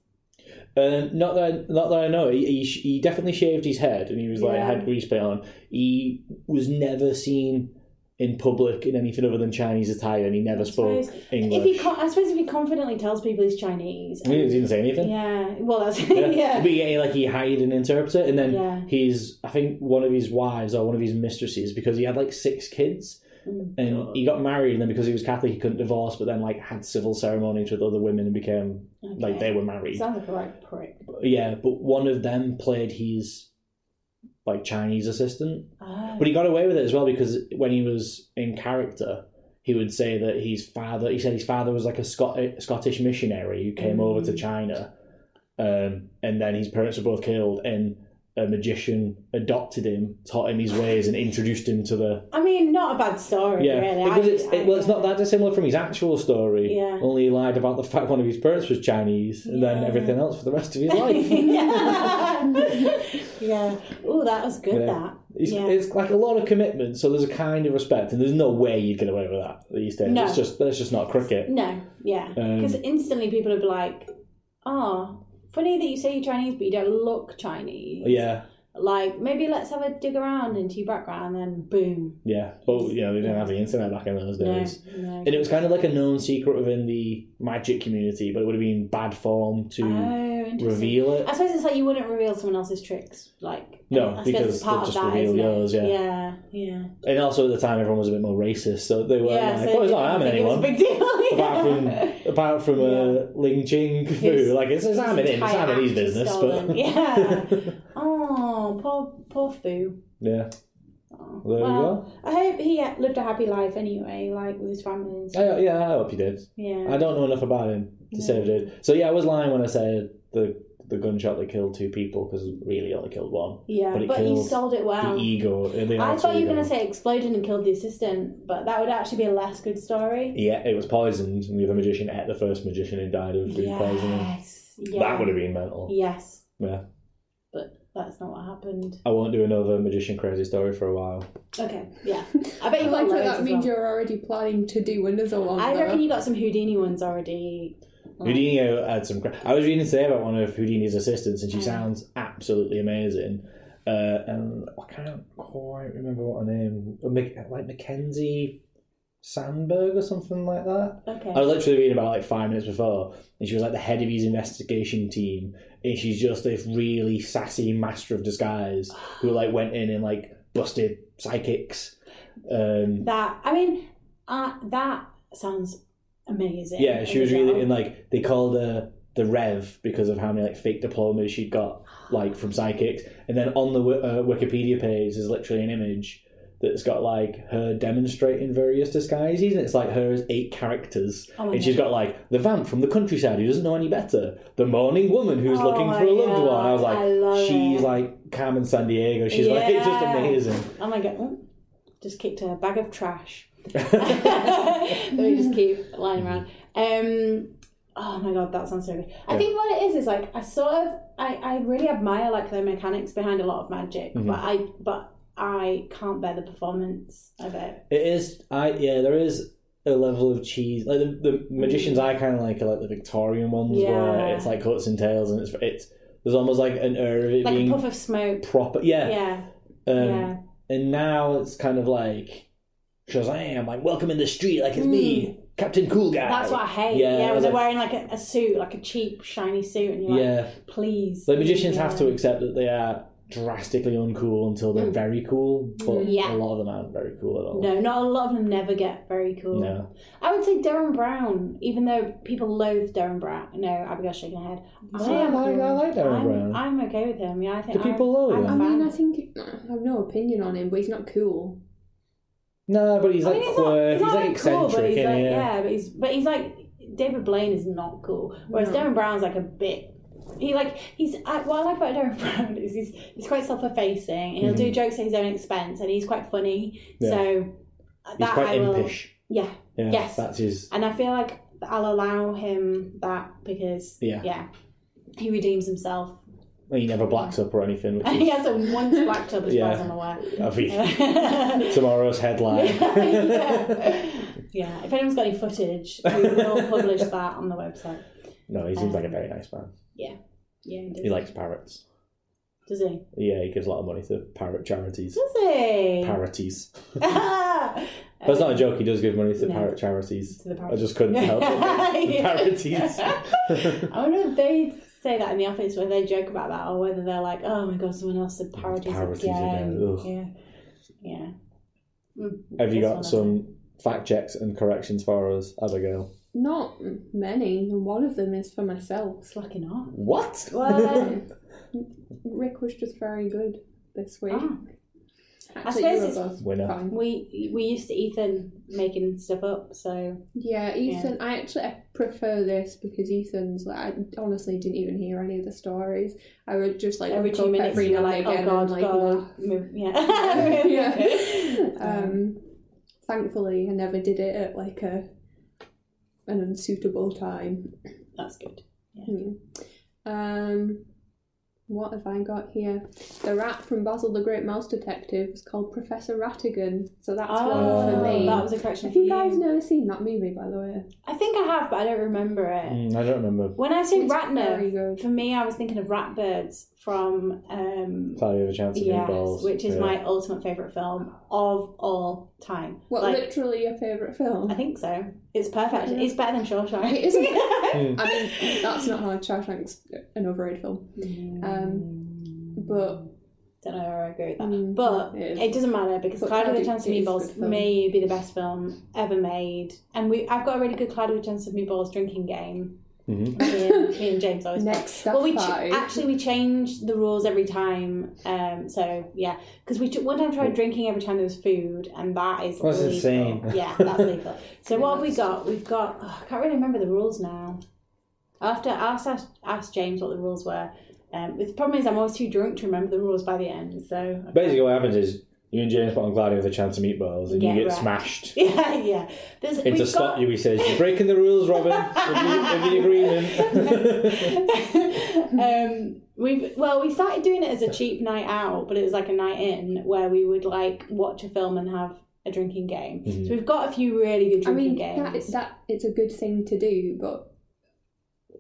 Speaker 3: um, not that, I, not that I know. He, he, sh- he definitely shaved his head, and he was like
Speaker 2: Yeah.
Speaker 3: had grease paint on. He was never seen in public in anything other than Chinese attire, and he never spoke
Speaker 2: suppose-
Speaker 3: English.
Speaker 2: If he, con- I suppose, if he confidently tells people he's Chinese,
Speaker 3: I mean, he didn't say anything.
Speaker 2: yeah. Well, that's
Speaker 3: Yeah.
Speaker 2: yeah.
Speaker 3: But yeah, like he hired an interpreter, and then
Speaker 2: Yeah.
Speaker 3: his I think one of his wives or one of his mistresses because he had like six kids,
Speaker 2: Mm.
Speaker 3: and he got married, and then because he was Catholic, he couldn't divorce, but then like had civil ceremonies with other women and became like they were married.
Speaker 2: Sounds like a right prick.
Speaker 3: yeah, but one of them played his like Chinese assistant,
Speaker 2: Oh.
Speaker 3: but he got away with it as well because when he was in character. He would say that his father. He said his father was like a Scot- Scottish missionary who came over
Speaker 2: Mm.
Speaker 3: to China, um, and then his parents were both killed. And a magician adopted him, taught him his ways, and introduced him to the
Speaker 2: I mean, not a bad story,
Speaker 3: yeah.
Speaker 2: really.
Speaker 3: Because
Speaker 2: I-
Speaker 3: it's it, well, it's not that dissimilar from his actual story.
Speaker 2: Yeah.
Speaker 3: Only he lied about the fact one of his parents was Chinese, and then everything else for the rest of his life.
Speaker 2: yeah. yeah. Oh, that was good.
Speaker 3: Yeah.
Speaker 2: That.
Speaker 3: It's,
Speaker 2: Yeah.
Speaker 3: it's like a lot of commitment, so there's a kind of respect, and there's no way you'd get away with that these days.
Speaker 2: No.
Speaker 3: It's just that's just not cricket.
Speaker 2: No, yeah.
Speaker 3: Um,
Speaker 2: Because instantly people would be like, ah, funny that you say you're Chinese, but you don't look Chinese.
Speaker 3: Oh, Yeah,
Speaker 2: Like, maybe let's have a dig around into your background, and boom.
Speaker 3: yeah, but you know they didn't have the internet back in those
Speaker 2: No,
Speaker 3: days,
Speaker 2: no.
Speaker 3: and it was kind of like a known secret within the magic community, but it would have been bad form to
Speaker 2: Oh, interesting.
Speaker 3: Mm. reveal it.
Speaker 2: I suppose it's like you wouldn't reveal someone else's tricks. Like,
Speaker 3: No,
Speaker 2: I suppose
Speaker 3: because
Speaker 2: it's part
Speaker 3: they'd
Speaker 2: of
Speaker 3: just
Speaker 2: that,
Speaker 3: reveal
Speaker 2: isn't it?
Speaker 3: yours, yeah.
Speaker 2: yeah, yeah.
Speaker 3: And also at the time, everyone was a bit more racist, so they were
Speaker 2: yeah,
Speaker 3: like,
Speaker 2: so
Speaker 3: "Oh, it's
Speaker 2: you
Speaker 3: not
Speaker 2: don't
Speaker 3: harming
Speaker 2: think it was
Speaker 3: anyone."
Speaker 2: a big deal.
Speaker 3: apart from apart from uh, Ling Ching Fu, like it's it's Armin in, it's
Speaker 2: Entire
Speaker 3: Armin his
Speaker 2: act is
Speaker 3: business,
Speaker 2: stolen.
Speaker 3: but
Speaker 2: yeah. Oh, poor, poor Foo.
Speaker 3: yeah,
Speaker 2: Oh,
Speaker 3: There you
Speaker 2: well, I hope he uh, lived a happy life anyway, like with his family and stuff.
Speaker 3: I, yeah, I hope he did.
Speaker 2: Yeah.
Speaker 3: I don't know enough about him to say I did. So yeah, I was lying when I said the the gunshot that killed two people because really only killed one.
Speaker 2: Yeah,
Speaker 3: but it
Speaker 2: but you
Speaker 3: killed
Speaker 2: sold it well.
Speaker 3: the E ego. The
Speaker 2: I
Speaker 3: alter
Speaker 2: thought you were
Speaker 3: ego.
Speaker 2: going to say exploded and killed the assistant, but that would actually be a less good story.
Speaker 3: Yeah, it was poisoned, and the other magician ate the first magician who died of food poisoning.
Speaker 2: Yes. Yeah.
Speaker 3: That would have been mental.
Speaker 2: Yes,
Speaker 3: yeah.
Speaker 2: but that's not what happened.
Speaker 3: I won't do another magician crazy story for a while.
Speaker 2: Okay, yeah. I
Speaker 1: I
Speaker 2: bet you got
Speaker 1: like that.
Speaker 2: loads
Speaker 1: That
Speaker 2: as
Speaker 1: means
Speaker 2: well.
Speaker 1: you're already planning to do another one.
Speaker 2: I
Speaker 1: though.
Speaker 2: reckon you got some Houdini ones already. like-
Speaker 3: Houdini uh, had some. cra- I was reading today about one of Houdini's assistants, and she sounds absolutely amazing. Uh, and I can't quite remember what her name, Mac- like Mackenzie Sandberg or something like that.
Speaker 2: Okay.
Speaker 3: I was literally reading about it, like five minutes before, and she was like the head of his investigation team, and she's just this really sassy master of disguise who like went in and like busted psychics. Um,
Speaker 2: That I mean, uh, that sounds amazing.
Speaker 3: Yeah, she
Speaker 2: as
Speaker 3: was
Speaker 2: a
Speaker 3: really
Speaker 2: job.
Speaker 3: and like they called her the Rev because of how many like fake diplomas she'd got like from psychics, and then on the wi- uh, Wikipedia page is literally an image that's got like her demonstrating various disguises, and it's like her as eight characters,
Speaker 2: Oh my
Speaker 3: and she's
Speaker 2: God.
Speaker 3: got like the vamp from the countryside who doesn't know any better, the morning woman who's
Speaker 2: Oh
Speaker 3: looking
Speaker 2: my
Speaker 3: for a loved one. I was
Speaker 2: God,
Speaker 3: like,
Speaker 2: I love
Speaker 3: she's
Speaker 2: it.
Speaker 3: like Carmen San Diego. She's like it's just
Speaker 2: Yeah.
Speaker 3: amazing.
Speaker 2: Oh my god! Oh, just kicked a bag of trash. that we just keep lying around. Um, oh my god, that sounds so good. I think what it is is like I sort of I, I really admire like the mechanics behind a lot of magic,
Speaker 3: Mm-hmm.
Speaker 2: but I but I can't bear the performance of it.
Speaker 3: It is. I yeah. There is a level of cheese. Like the, the magicians, I kind of like are like the Victorian ones where
Speaker 2: Mm. Yeah.
Speaker 3: it's like cuts and tails, and it's it's there's almost like an air of it
Speaker 2: Like a
Speaker 3: being
Speaker 2: puff of smoke.
Speaker 3: proper. Yeah.
Speaker 2: Yeah,
Speaker 3: Um,
Speaker 2: yeah.
Speaker 3: And now it's kind of like Shazam, like welcome in the street, like it's me, Captain Cool Guy.
Speaker 2: Mm. That's what I hate.
Speaker 3: Yeah.
Speaker 2: Yeah,
Speaker 3: I
Speaker 2: when
Speaker 3: was
Speaker 2: they're
Speaker 3: like-
Speaker 2: wearing like a, a suit, like a cheap shiny suit, and you're
Speaker 3: yeah.
Speaker 2: like, please.
Speaker 3: The magicians have
Speaker 2: Yeah. Mm.
Speaker 3: to accept that they are drastically uncool until they're very cool, but
Speaker 2: Yeah.
Speaker 3: a lot of them aren't very cool at all.
Speaker 2: No, not a lot of them never get very cool.
Speaker 3: No.
Speaker 2: I would say Darren Brown, even though people loathe Darren Brown. No, Abigail's shaking her head.
Speaker 3: No, I like- I like Darren
Speaker 2: I'm,
Speaker 3: Brown.
Speaker 2: I'm okay with him. Yeah, I think.
Speaker 3: Do people
Speaker 2: I'm-
Speaker 3: loathe
Speaker 2: I'm
Speaker 3: him?
Speaker 2: a
Speaker 1: I mean,
Speaker 2: fan.
Speaker 1: I think I have no opinion on him, but he's not cool.
Speaker 3: No, but he's
Speaker 2: I
Speaker 3: like
Speaker 2: mean, he's not-
Speaker 3: quirky, he's,
Speaker 2: not,
Speaker 3: like
Speaker 2: cool,
Speaker 3: eccentric,
Speaker 2: but he's
Speaker 3: isn't
Speaker 2: like,
Speaker 3: he?
Speaker 2: yeah, but he's but he's like David Blaine is not cool, whereas Darren Brown's like a bit. He like he's I, what I like about Darren Brown is he's he's quite self-effacing. He'll do jokes at his own expense, and he's quite funny.
Speaker 3: Mm-hmm. Yeah.
Speaker 2: So that
Speaker 3: He's quite
Speaker 2: I will,
Speaker 3: impish.
Speaker 2: Yeah,
Speaker 3: Yeah,
Speaker 2: Yes.
Speaker 3: that's his.
Speaker 2: And I feel like I'll allow him that because
Speaker 3: Yeah.
Speaker 2: yeah, he redeems himself.
Speaker 3: Well, he never blacks up or anything. Which
Speaker 2: he
Speaker 3: is,
Speaker 2: has a one black tub as far as
Speaker 3: Yeah.
Speaker 2: I'm aware.
Speaker 3: I think, tomorrow's headline.
Speaker 2: Yeah, if anyone's got any footage, we will publish that on the website.
Speaker 3: No, he seems like a very nice man.
Speaker 2: Yeah, yeah, he does.
Speaker 3: He likes parrots.
Speaker 2: does he?
Speaker 3: Yeah, he gives a lot of money to parrot charities.
Speaker 2: Does he?
Speaker 3: Parroties.
Speaker 2: Ah!
Speaker 3: That's not a joke. He does give money to
Speaker 2: No.
Speaker 3: parrot charities.
Speaker 2: To the
Speaker 3: I
Speaker 2: parrots.
Speaker 3: just couldn't help it. The
Speaker 2: Yeah.
Speaker 3: Parroties.
Speaker 2: I wonder if they say that in the office where they joke about that, or whether they're like, "Oh my god, someone else said parodies,
Speaker 3: Parodies
Speaker 2: again."
Speaker 3: again, ugh.
Speaker 2: Yeah, Mm. yeah.
Speaker 3: Have you
Speaker 2: Just
Speaker 3: got
Speaker 2: wanna-
Speaker 3: some fact checks and corrections for us, Abigail?
Speaker 1: Not many, and one of them is for myself.
Speaker 2: Slacking off.
Speaker 3: What?
Speaker 2: Well, um,
Speaker 1: Rick was just very good this week.
Speaker 2: Ah.
Speaker 1: Actually,
Speaker 2: I
Speaker 1: you
Speaker 2: suppose
Speaker 1: were
Speaker 2: it's-
Speaker 1: both
Speaker 3: Winner.
Speaker 1: fine.
Speaker 2: we we used to Ethan making stuff up, so
Speaker 1: Yeah, Ethan. I actually I prefer this because Ethan's like I honestly didn't even hear any of the stories. I would just like
Speaker 2: every
Speaker 1: look
Speaker 2: two
Speaker 1: up
Speaker 2: minutes
Speaker 1: every
Speaker 2: you're
Speaker 1: now
Speaker 2: like,
Speaker 1: and
Speaker 2: "Oh
Speaker 1: again
Speaker 2: god,
Speaker 1: and like laugh.
Speaker 2: god, move. yeah."
Speaker 1: yeah. Um, thankfully, I never did it at like a an unsuitable time.
Speaker 2: That's good.
Speaker 1: Um, What have I got here? The rat from Basil the Great Mouse Detective was called Professor Rattigan, so that's one for me.
Speaker 2: Oh, that was a correction.
Speaker 1: Have
Speaker 2: for
Speaker 1: you guys never seen that movie, by the way?
Speaker 2: I think I have, but I don't remember it.
Speaker 3: Mm, I don't remember.
Speaker 2: When I say
Speaker 1: It's very
Speaker 2: ratner,
Speaker 1: good.
Speaker 2: for me, I was thinking of Ratbirds from um,
Speaker 3: Cloudy with a chance of
Speaker 2: Yes,
Speaker 3: meatballs.
Speaker 2: which is
Speaker 3: Yeah.
Speaker 2: my ultimate favorite film of all time.
Speaker 1: What,
Speaker 2: Like,
Speaker 1: literally your favourite film?
Speaker 2: I think so. It's perfect. It's better than Shawshank.
Speaker 1: It isn't.
Speaker 3: Hmm.
Speaker 1: I mean, that's not how Shawshank's an overrated film.
Speaker 2: Mm.
Speaker 1: Um, but
Speaker 2: don't know if I agree with that.
Speaker 1: Mm,
Speaker 2: but
Speaker 1: it
Speaker 2: it,
Speaker 1: is.
Speaker 2: doesn't matter because
Speaker 1: But
Speaker 2: Cloudy with a
Speaker 1: Cloudy
Speaker 2: Chance of
Speaker 1: is a
Speaker 2: Meatballs
Speaker 1: good film.
Speaker 2: may be the best film ever made. And we I've got a really good Cloudy with a Chance of Meatballs drinking game.
Speaker 3: Mhm.
Speaker 2: Me, and, me and James always play.
Speaker 1: Next
Speaker 2: well, we ch-
Speaker 1: Staff Party.
Speaker 2: actually we change the rules every time. Um, so yeah, because we t- one time tried drinking every time there was food, and that is
Speaker 3: That's
Speaker 2: illegal.
Speaker 3: insane.
Speaker 2: Yeah, that's legal. so what have we got? We've got oh, I can't really remember the rules now. After ask ask, ask James what the rules were. Um, the problem is I'm always too drunk to remember the rules by the end. So I
Speaker 3: Basically, what happens is you and James put on Cloudy with a chance of meatballs, and
Speaker 2: Yeah,
Speaker 3: you get
Speaker 2: right.
Speaker 3: smashed.
Speaker 2: Yeah, yeah. There's,
Speaker 3: It's a
Speaker 2: we've
Speaker 3: stop
Speaker 2: got-
Speaker 3: you. He says, "You're breaking the rules, Robin. Of the, of the agreement."
Speaker 2: um, we've well, we started doing it as a cheap night out, but it was like a night in where we would like watch a film and have a drinking game. So we've got a few really good
Speaker 1: I mean,
Speaker 2: drinking
Speaker 1: that,
Speaker 2: games.
Speaker 1: that it's a good thing to do, but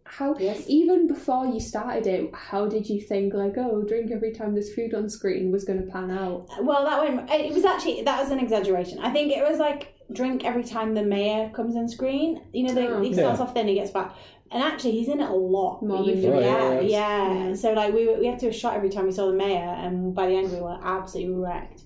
Speaker 1: how
Speaker 2: Yes.
Speaker 1: even before you started it, how did you think like, oh, drink every time there's food on screen was going to pan out?
Speaker 2: well, that went. It was actually that was an exaggeration. I think it was like drink every time the mayor comes on screen. You know, they,
Speaker 1: Oh.
Speaker 2: he starts
Speaker 3: Yeah.
Speaker 2: off, then he gets back. And actually, he's in it a lot. but
Speaker 1: More
Speaker 2: you
Speaker 1: than
Speaker 2: forget.
Speaker 3: you
Speaker 2: yeah,
Speaker 3: think. Right,
Speaker 2: yeah. So like we were- we had to do a shot every time we saw the mayor, and by the end we were absolutely wrecked.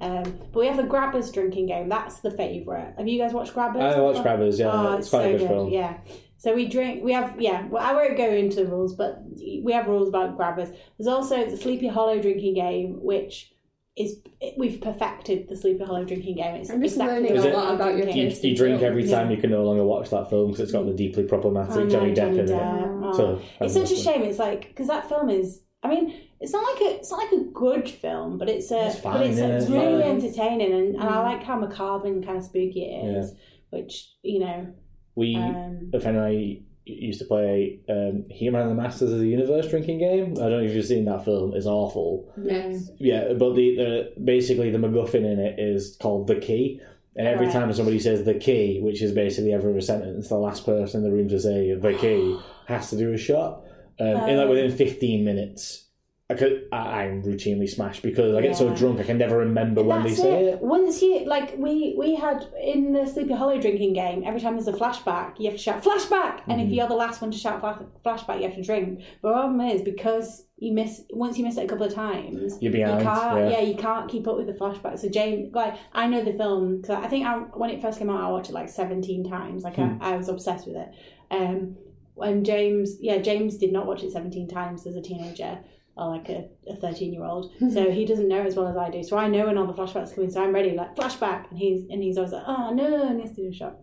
Speaker 2: Um, but we have the Grabbers drinking game. That's the favourite. Have you guys watched Grabbers?
Speaker 3: I watch Grabbers. Yeah,
Speaker 2: Oh,
Speaker 3: it's, quite
Speaker 2: so
Speaker 3: a good, film.
Speaker 2: Yeah. So we drink. We have yeah. Well, I won't go into the rules, but we have rules about grabbers. There's also the Sleepy Hollow drinking game, which is we've perfected the Sleepy Hollow drinking game. It's
Speaker 1: I'm just
Speaker 2: exactly
Speaker 1: learning
Speaker 3: a
Speaker 2: what
Speaker 3: lot
Speaker 2: I'm
Speaker 1: about your
Speaker 2: drinking.
Speaker 3: You,
Speaker 1: Yes,
Speaker 3: you drink
Speaker 1: yeah.
Speaker 3: every time you can no longer watch that film because it's got the deeply problematic
Speaker 2: Oh, no,
Speaker 3: Johnny Depp
Speaker 2: Johnny
Speaker 3: in
Speaker 2: Depp.
Speaker 3: it.
Speaker 2: Oh.
Speaker 3: So
Speaker 2: it's such a
Speaker 3: obviously.
Speaker 2: shame. It's like because that film is. I mean, it's not like a it's not like a good film, but it's a
Speaker 3: It's
Speaker 2: but
Speaker 3: fine,
Speaker 2: it's,
Speaker 3: yeah,
Speaker 2: it's
Speaker 3: it's
Speaker 2: really
Speaker 3: fine.
Speaker 2: entertaining, and, and
Speaker 1: Mm.
Speaker 2: I like how macabre and kind of spooky it is, which you know.
Speaker 3: We,
Speaker 2: Um,
Speaker 3: if and I used to play um, He-Man and the Masters of the Universe drinking game. I don't know if you've seen that film. It's awful.
Speaker 1: Yes.
Speaker 3: Yeah, but the, the basically the MacGuffin in it is called the key. And every
Speaker 2: Right.
Speaker 3: time somebody says the key, which is basically every other sentence, the last person in the room to say the key has to do a shot. Um,
Speaker 2: Oh.
Speaker 3: in like within fifteen minutes, I could I, I'm routinely smashed because I get so
Speaker 2: Yeah.
Speaker 3: drunk I can never remember when they
Speaker 2: That's
Speaker 3: say
Speaker 2: it.
Speaker 3: it.
Speaker 2: Once you like, we we had in the Sleepy Hollow drinking game. Every time there's a flashback, you have to shout flashback, and
Speaker 3: Mm-hmm.
Speaker 2: if you're the last one to shout flash, flashback, you have to drink. But the problem is because you miss once you miss it a couple of times,
Speaker 3: You're behind,
Speaker 2: You can't,
Speaker 3: yeah.
Speaker 2: you can't keep up with the flashback. So James, like, I know the film because I think I, when it first came out, I watched it like 17 times. Like
Speaker 3: Hmm.
Speaker 2: I, I was obsessed with it. Um, and James, yeah, James did not watch it 17 times as a teenager or like a, a 13 year old.
Speaker 3: Hmm.
Speaker 2: So he doesn't know as well as I do. So I know when all the flashbacks come in. So I'm ready, like flashback, and he's and he's always like, oh no, and he has to do a shot.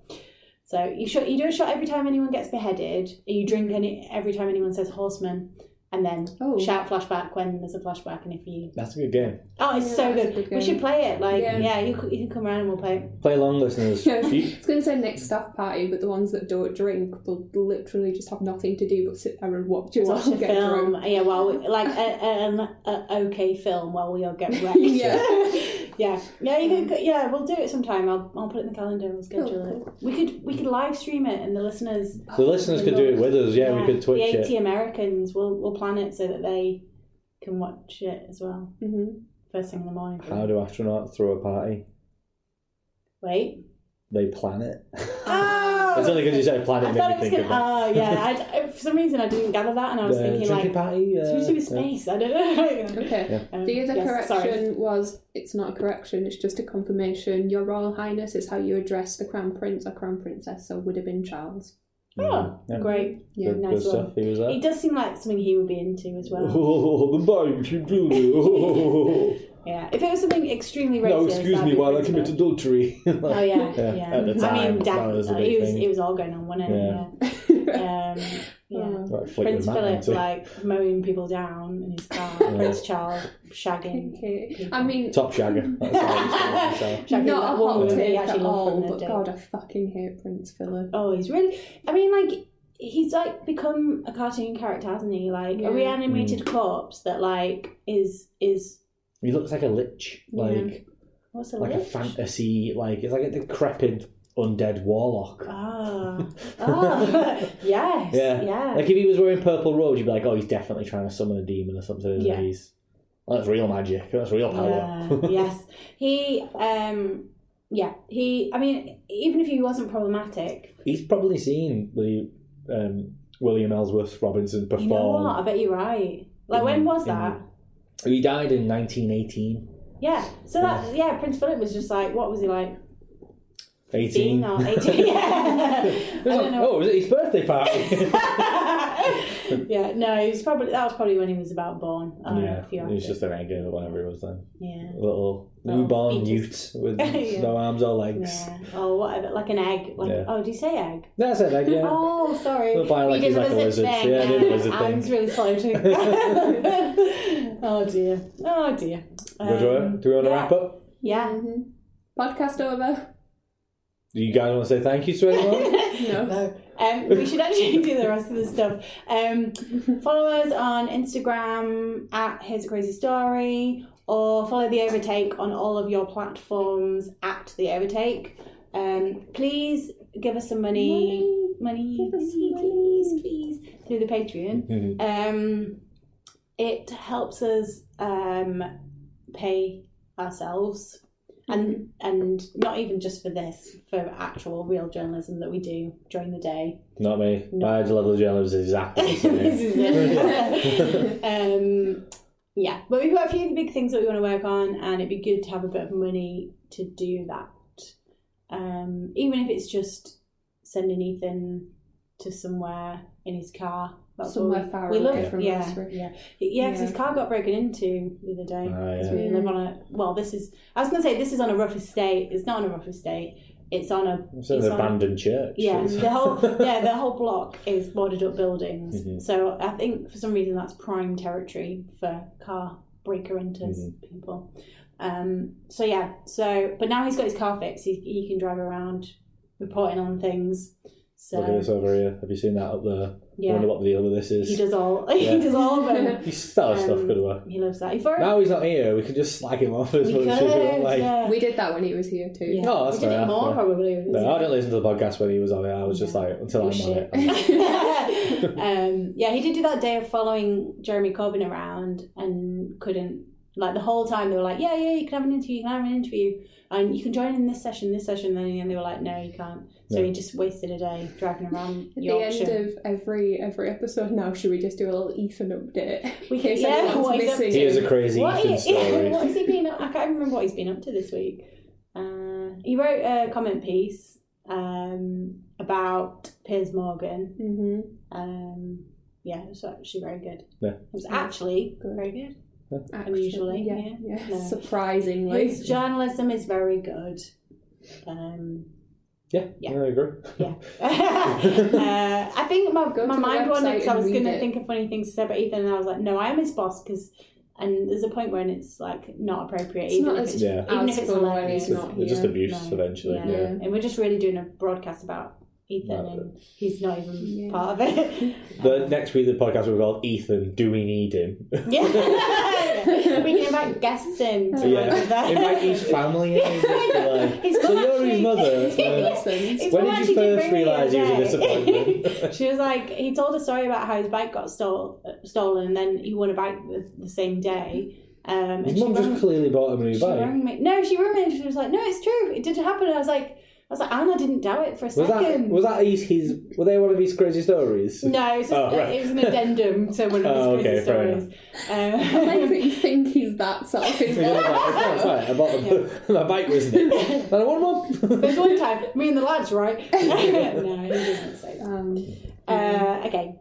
Speaker 2: So you shot, you do a shot every time anyone gets beheaded. and You drink any every time anyone says horseman, and then
Speaker 1: Oh.
Speaker 2: shout flashback when there's a flashback. And if you
Speaker 3: That's a good game.
Speaker 2: oh, it's
Speaker 1: Yeah, that's
Speaker 2: so
Speaker 1: a
Speaker 2: good.
Speaker 1: good
Speaker 2: We
Speaker 1: game.
Speaker 2: should play it. Like
Speaker 1: Yeah.
Speaker 2: yeah, you, c- you can come around and we'll play it.
Speaker 3: Play along, listeners.
Speaker 1: Yeah.
Speaker 3: You-
Speaker 1: I was going to say next staff party, but the ones that don't drink will literally just have nothing to do but sit there and watch us
Speaker 2: Watch
Speaker 1: all
Speaker 2: a
Speaker 1: get
Speaker 2: film,
Speaker 1: drunk.
Speaker 2: yeah. Well, we- like a, an a okay film while we all get wrecked.
Speaker 1: Yeah.
Speaker 2: yeah, yeah. You can, yeah, we'll do it sometime. I'll, I'll put it in the calendar. We'll schedule it. We could we could live stream it, and the listeners.
Speaker 3: the listeners could do it with us. Yeah, we could
Speaker 2: the
Speaker 3: Twitch
Speaker 2: eighty
Speaker 3: it.
Speaker 2: Americans. We'll we'll plan it so that they can watch it as well
Speaker 1: hmm
Speaker 2: first thing in the morning.
Speaker 3: How do astronauts throw a party?
Speaker 2: Wait.
Speaker 3: They plan it.
Speaker 2: Oh,
Speaker 3: It's only because you said plan it
Speaker 2: I
Speaker 3: made
Speaker 2: thought
Speaker 3: me
Speaker 2: it was
Speaker 3: think
Speaker 2: gonna. Oh
Speaker 3: of that.
Speaker 2: yeah. I, I- for some reason, I didn't gather that, and I was
Speaker 3: the
Speaker 2: thinking
Speaker 3: drinking
Speaker 2: like,
Speaker 3: party.
Speaker 2: it's
Speaker 3: Uh,
Speaker 2: supposed to be space. I don't know.
Speaker 1: Okay.
Speaker 2: Um,
Speaker 1: The other
Speaker 2: yes, sorry.
Speaker 1: correction was it's not a correction, it's just a confirmation. Your Royal Highness is how you address the Crown Prince or Crown Princess, so would have been Charles.
Speaker 2: Oh,
Speaker 3: Mm. Yeah.
Speaker 2: great.
Speaker 3: yeah. Good,
Speaker 2: nice
Speaker 3: good
Speaker 2: one.
Speaker 3: stuff. He was there.
Speaker 2: It does seem like something he would be into as well.
Speaker 3: Oh, the bite, you do me. Oh.
Speaker 2: Yeah, if it was something extremely racist.
Speaker 3: now excuse
Speaker 2: that'd
Speaker 3: me
Speaker 2: be
Speaker 3: while I
Speaker 2: pretty
Speaker 3: commit
Speaker 2: bad.
Speaker 3: adultery.
Speaker 2: Oh yeah, yeah.
Speaker 3: Yeah, at the
Speaker 2: I
Speaker 3: time,
Speaker 2: mean,
Speaker 3: that
Speaker 2: definitely,
Speaker 3: was a
Speaker 2: it
Speaker 3: big
Speaker 2: was
Speaker 3: thing.
Speaker 2: it was all going on, wasn't it? Yeah. um, yeah.
Speaker 3: Like flick
Speaker 2: Prince
Speaker 3: with Matt,
Speaker 2: Philip
Speaker 3: isn't it?
Speaker 2: like mowing people down in his car. Prince Charles shagging.
Speaker 1: Okay. I mean,
Speaker 3: top shagger. That's how it's called, so.
Speaker 2: shagging
Speaker 1: not
Speaker 2: that
Speaker 1: a
Speaker 2: woman
Speaker 1: hot
Speaker 2: that he
Speaker 1: take
Speaker 2: actually
Speaker 1: at
Speaker 2: loved from
Speaker 1: all,
Speaker 2: the
Speaker 1: but
Speaker 2: day.
Speaker 1: God, I fucking hate Prince Philip.
Speaker 2: Oh, he's really. I mean, like he's like become a cartoon character, hasn't he? Like a reanimated
Speaker 3: Mm.
Speaker 2: corpse that like is is
Speaker 3: He looks like a lich,
Speaker 2: Yeah.
Speaker 3: like
Speaker 2: what's a
Speaker 3: like a
Speaker 2: lich?
Speaker 3: fantasy, like it's like a decrepit undead warlock.
Speaker 2: Ah, ah, yes,
Speaker 3: Yeah.
Speaker 2: yeah, yeah.
Speaker 3: Like if he was wearing purple robes, you'd be like, oh, he's definitely trying to summon a demon or something.
Speaker 2: Yeah.
Speaker 3: Yeah. He's that's real magic. That's real power.
Speaker 2: yes, he. um Yeah, he. I mean, even if he wasn't problematic,
Speaker 3: he's probably seen the um, William Ellsworth Robinson perform.
Speaker 2: you know what? I bet you're right. Like, when was that?
Speaker 3: He died in 1918.
Speaker 2: Yeah. So that yeah, Prince Philip was just like, what was he like?
Speaker 3: 18.
Speaker 2: Being or eighteen? Yeah.
Speaker 3: It was like, oh, was it his birthday party?
Speaker 2: yeah. No, he was probably that was probably when he was about born. I don't know
Speaker 3: oh. yeah,
Speaker 2: if you
Speaker 3: he
Speaker 2: have
Speaker 3: was
Speaker 2: to-
Speaker 3: just an egg or whatever it was then.
Speaker 2: yeah.
Speaker 3: Little
Speaker 2: Oh,
Speaker 3: newborn
Speaker 2: fetus.
Speaker 3: ute with
Speaker 2: Yeah.
Speaker 3: no arms or legs.
Speaker 2: Yeah. Oh, whatever. Like an egg. Like
Speaker 3: Yeah.
Speaker 2: oh, do you say egg?
Speaker 3: That's an egg, yeah.
Speaker 2: Oh, sorry.
Speaker 3: Well, by like
Speaker 2: You
Speaker 3: he's
Speaker 2: did
Speaker 3: like a
Speaker 2: the
Speaker 3: lizard.
Speaker 2: thing.
Speaker 3: Yeah, I did the lizard
Speaker 2: I was
Speaker 3: thing.
Speaker 2: really slow too. oh dear. Oh dear.
Speaker 3: Good work. Do we want to
Speaker 2: yeah.
Speaker 3: wrap up?
Speaker 2: Yeah.
Speaker 1: Mm-hmm. Podcast over.
Speaker 3: Do you guys want to say thank you to anyone?
Speaker 1: No.
Speaker 2: No. Um, we should actually do the rest of the stuff. Um, follow us on Instagram at Here's a Crazy Story, or follow the Overtake on all of your platforms at the Overtake. Um, please give us some money, money,
Speaker 1: Give us
Speaker 2: money,
Speaker 1: some
Speaker 2: please, please, through the Patreon. um, it helps us um, pay ourselves and and not even just for this for actual real journalism that we do during the day
Speaker 3: Not me. My level of jealous is exactly the same.
Speaker 2: this is it um yeah but we've got a few big things that we want to work on and it'd be good to have a bit of money to do that um even if it's just sending ethan to somewhere in his car that's
Speaker 1: Somewhere
Speaker 2: all we,
Speaker 1: far
Speaker 2: we
Speaker 1: away
Speaker 2: love
Speaker 1: from
Speaker 2: yeah,
Speaker 1: us.
Speaker 2: yeah yeah, because
Speaker 1: Yeah.
Speaker 2: his car got broken into the other day.
Speaker 3: Ah,
Speaker 2: Because
Speaker 3: yeah.
Speaker 2: we live on a well, this is I was gonna say this is on a rough estate. It's not on a rough estate. It's on a
Speaker 3: It's an
Speaker 2: it's on a-
Speaker 3: abandoned church.
Speaker 2: yeah,
Speaker 3: It's-
Speaker 2: the whole yeah the whole block is boarded up buildings. So I think for some reason that's prime territory for car breaker renters people. Um, so yeah, so but now he's got his car fixed. He, he can drive around reporting on things. So
Speaker 3: Look at this over here. Have you seen that up there? I
Speaker 2: Yeah.
Speaker 3: wonder what the deal with this is.
Speaker 2: he does all
Speaker 3: Yeah.
Speaker 2: he does all of them.
Speaker 3: He's stellar stuff,
Speaker 2: Um,
Speaker 3: good work.
Speaker 2: He loves that. He for-
Speaker 3: Now he's not here, we can just slag him off as
Speaker 2: We
Speaker 3: much as we
Speaker 2: could,
Speaker 3: want. Like,
Speaker 2: yeah.
Speaker 1: We did that when he was here too.
Speaker 2: Yeah.
Speaker 3: No, that's
Speaker 2: we did
Speaker 3: fair,
Speaker 2: it more
Speaker 3: yeah.
Speaker 2: probably.
Speaker 3: no, I didn't listen to the podcast when he was on it. I was just like, until
Speaker 2: Oh,
Speaker 3: I'm on it. I'm-
Speaker 2: um, yeah, he did do that day of following Jeremy Corbyn around and couldn't. Like the whole time they were like, yeah, yeah, you can have an interview, you can have an interview, and you can join in this session, this session. And then they were like, no, you can't. So he just wasted a day driving around
Speaker 1: At
Speaker 2: Yorkshire.
Speaker 1: the end of every every episode now, should we just do a little Ethan update?
Speaker 2: We
Speaker 1: in
Speaker 2: can-
Speaker 1: case
Speaker 2: yeah,
Speaker 1: anyone's
Speaker 2: what he's up
Speaker 1: missing.
Speaker 2: to.
Speaker 3: He is a crazy
Speaker 2: What
Speaker 3: Ethan
Speaker 2: he- yeah,
Speaker 3: story.
Speaker 2: what has he been up? I can't remember what he's been up to this week. Uh, he wrote a comment piece um, about Piers Morgan.
Speaker 1: hmm
Speaker 2: Um, yeah, it was actually very good.
Speaker 3: Yeah.
Speaker 2: It was actually very good. Unusually,
Speaker 1: yeah,
Speaker 2: yeah,
Speaker 1: yeah,
Speaker 2: no.
Speaker 1: surprisingly.
Speaker 2: His journalism is very good. Um,
Speaker 3: yeah,
Speaker 2: Yeah.
Speaker 3: I agree.
Speaker 2: yeah. uh, I think my,
Speaker 1: Go
Speaker 2: my
Speaker 1: to the
Speaker 2: mind wandered
Speaker 1: website
Speaker 2: because I
Speaker 1: and
Speaker 2: was
Speaker 1: read
Speaker 2: going to
Speaker 1: it.
Speaker 2: think of funny things to say about Ethan, and I was like, no, I am his boss because. And there's a point when it's like not appropriate.
Speaker 1: It's
Speaker 2: even
Speaker 1: not
Speaker 2: if
Speaker 1: as,
Speaker 2: it's-
Speaker 3: Yeah.
Speaker 2: even if
Speaker 1: as
Speaker 2: it's
Speaker 1: fun when
Speaker 2: hilarious.
Speaker 1: he's
Speaker 3: It's just,
Speaker 1: not
Speaker 3: it's just
Speaker 1: here.
Speaker 3: abuse
Speaker 2: No.
Speaker 3: eventually.
Speaker 2: Yeah.
Speaker 3: Yeah.
Speaker 1: Yeah.
Speaker 2: And we're just really doing a broadcast about Ethan,
Speaker 3: No.
Speaker 2: and he's not even part of it.
Speaker 3: The next week, the podcast will be called Ethan, Do We Need Him?
Speaker 2: yeah, we can invite guests in. To
Speaker 3: yeah.
Speaker 2: look at that.
Speaker 3: Invite his family in. Just be like,
Speaker 2: He's
Speaker 3: so
Speaker 2: not
Speaker 3: you're his
Speaker 2: actually-
Speaker 3: mother. so-
Speaker 1: Listen,
Speaker 2: It's
Speaker 3: When
Speaker 2: not
Speaker 3: did you
Speaker 2: actually
Speaker 3: first
Speaker 2: bring me
Speaker 3: realise he was a
Speaker 2: today.
Speaker 3: disappointment?
Speaker 2: she was like, he told a story about how his bike got stole, uh, stolen, and then he won a bike the, the same day. Um, and
Speaker 3: His
Speaker 2: she
Speaker 3: mum
Speaker 2: rang-
Speaker 3: just clearly bought him a new
Speaker 2: she
Speaker 3: bike.
Speaker 2: rang me. No, she rang me and she was like, "No, it's true. It did happen." And I was like, "I was like, Anna didn't doubt it for a
Speaker 3: Was that,
Speaker 2: second.
Speaker 3: was that his, his, were they one of his crazy stories?
Speaker 2: No, it was, just,
Speaker 3: Oh, right.
Speaker 2: it was an addendum to one
Speaker 3: Oh,
Speaker 2: of
Speaker 3: okay,
Speaker 2: his
Speaker 3: fair
Speaker 2: crazy stories. Um,
Speaker 1: I like that you think he's that sort of
Speaker 3: Yeah,
Speaker 1: thing.
Speaker 3: like, it's not tight. I bought the, my bike was nicked. And I want one.
Speaker 2: There's one time, me and the lads, right? no, he doesn't say that.
Speaker 1: Um,
Speaker 2: Uh, okay.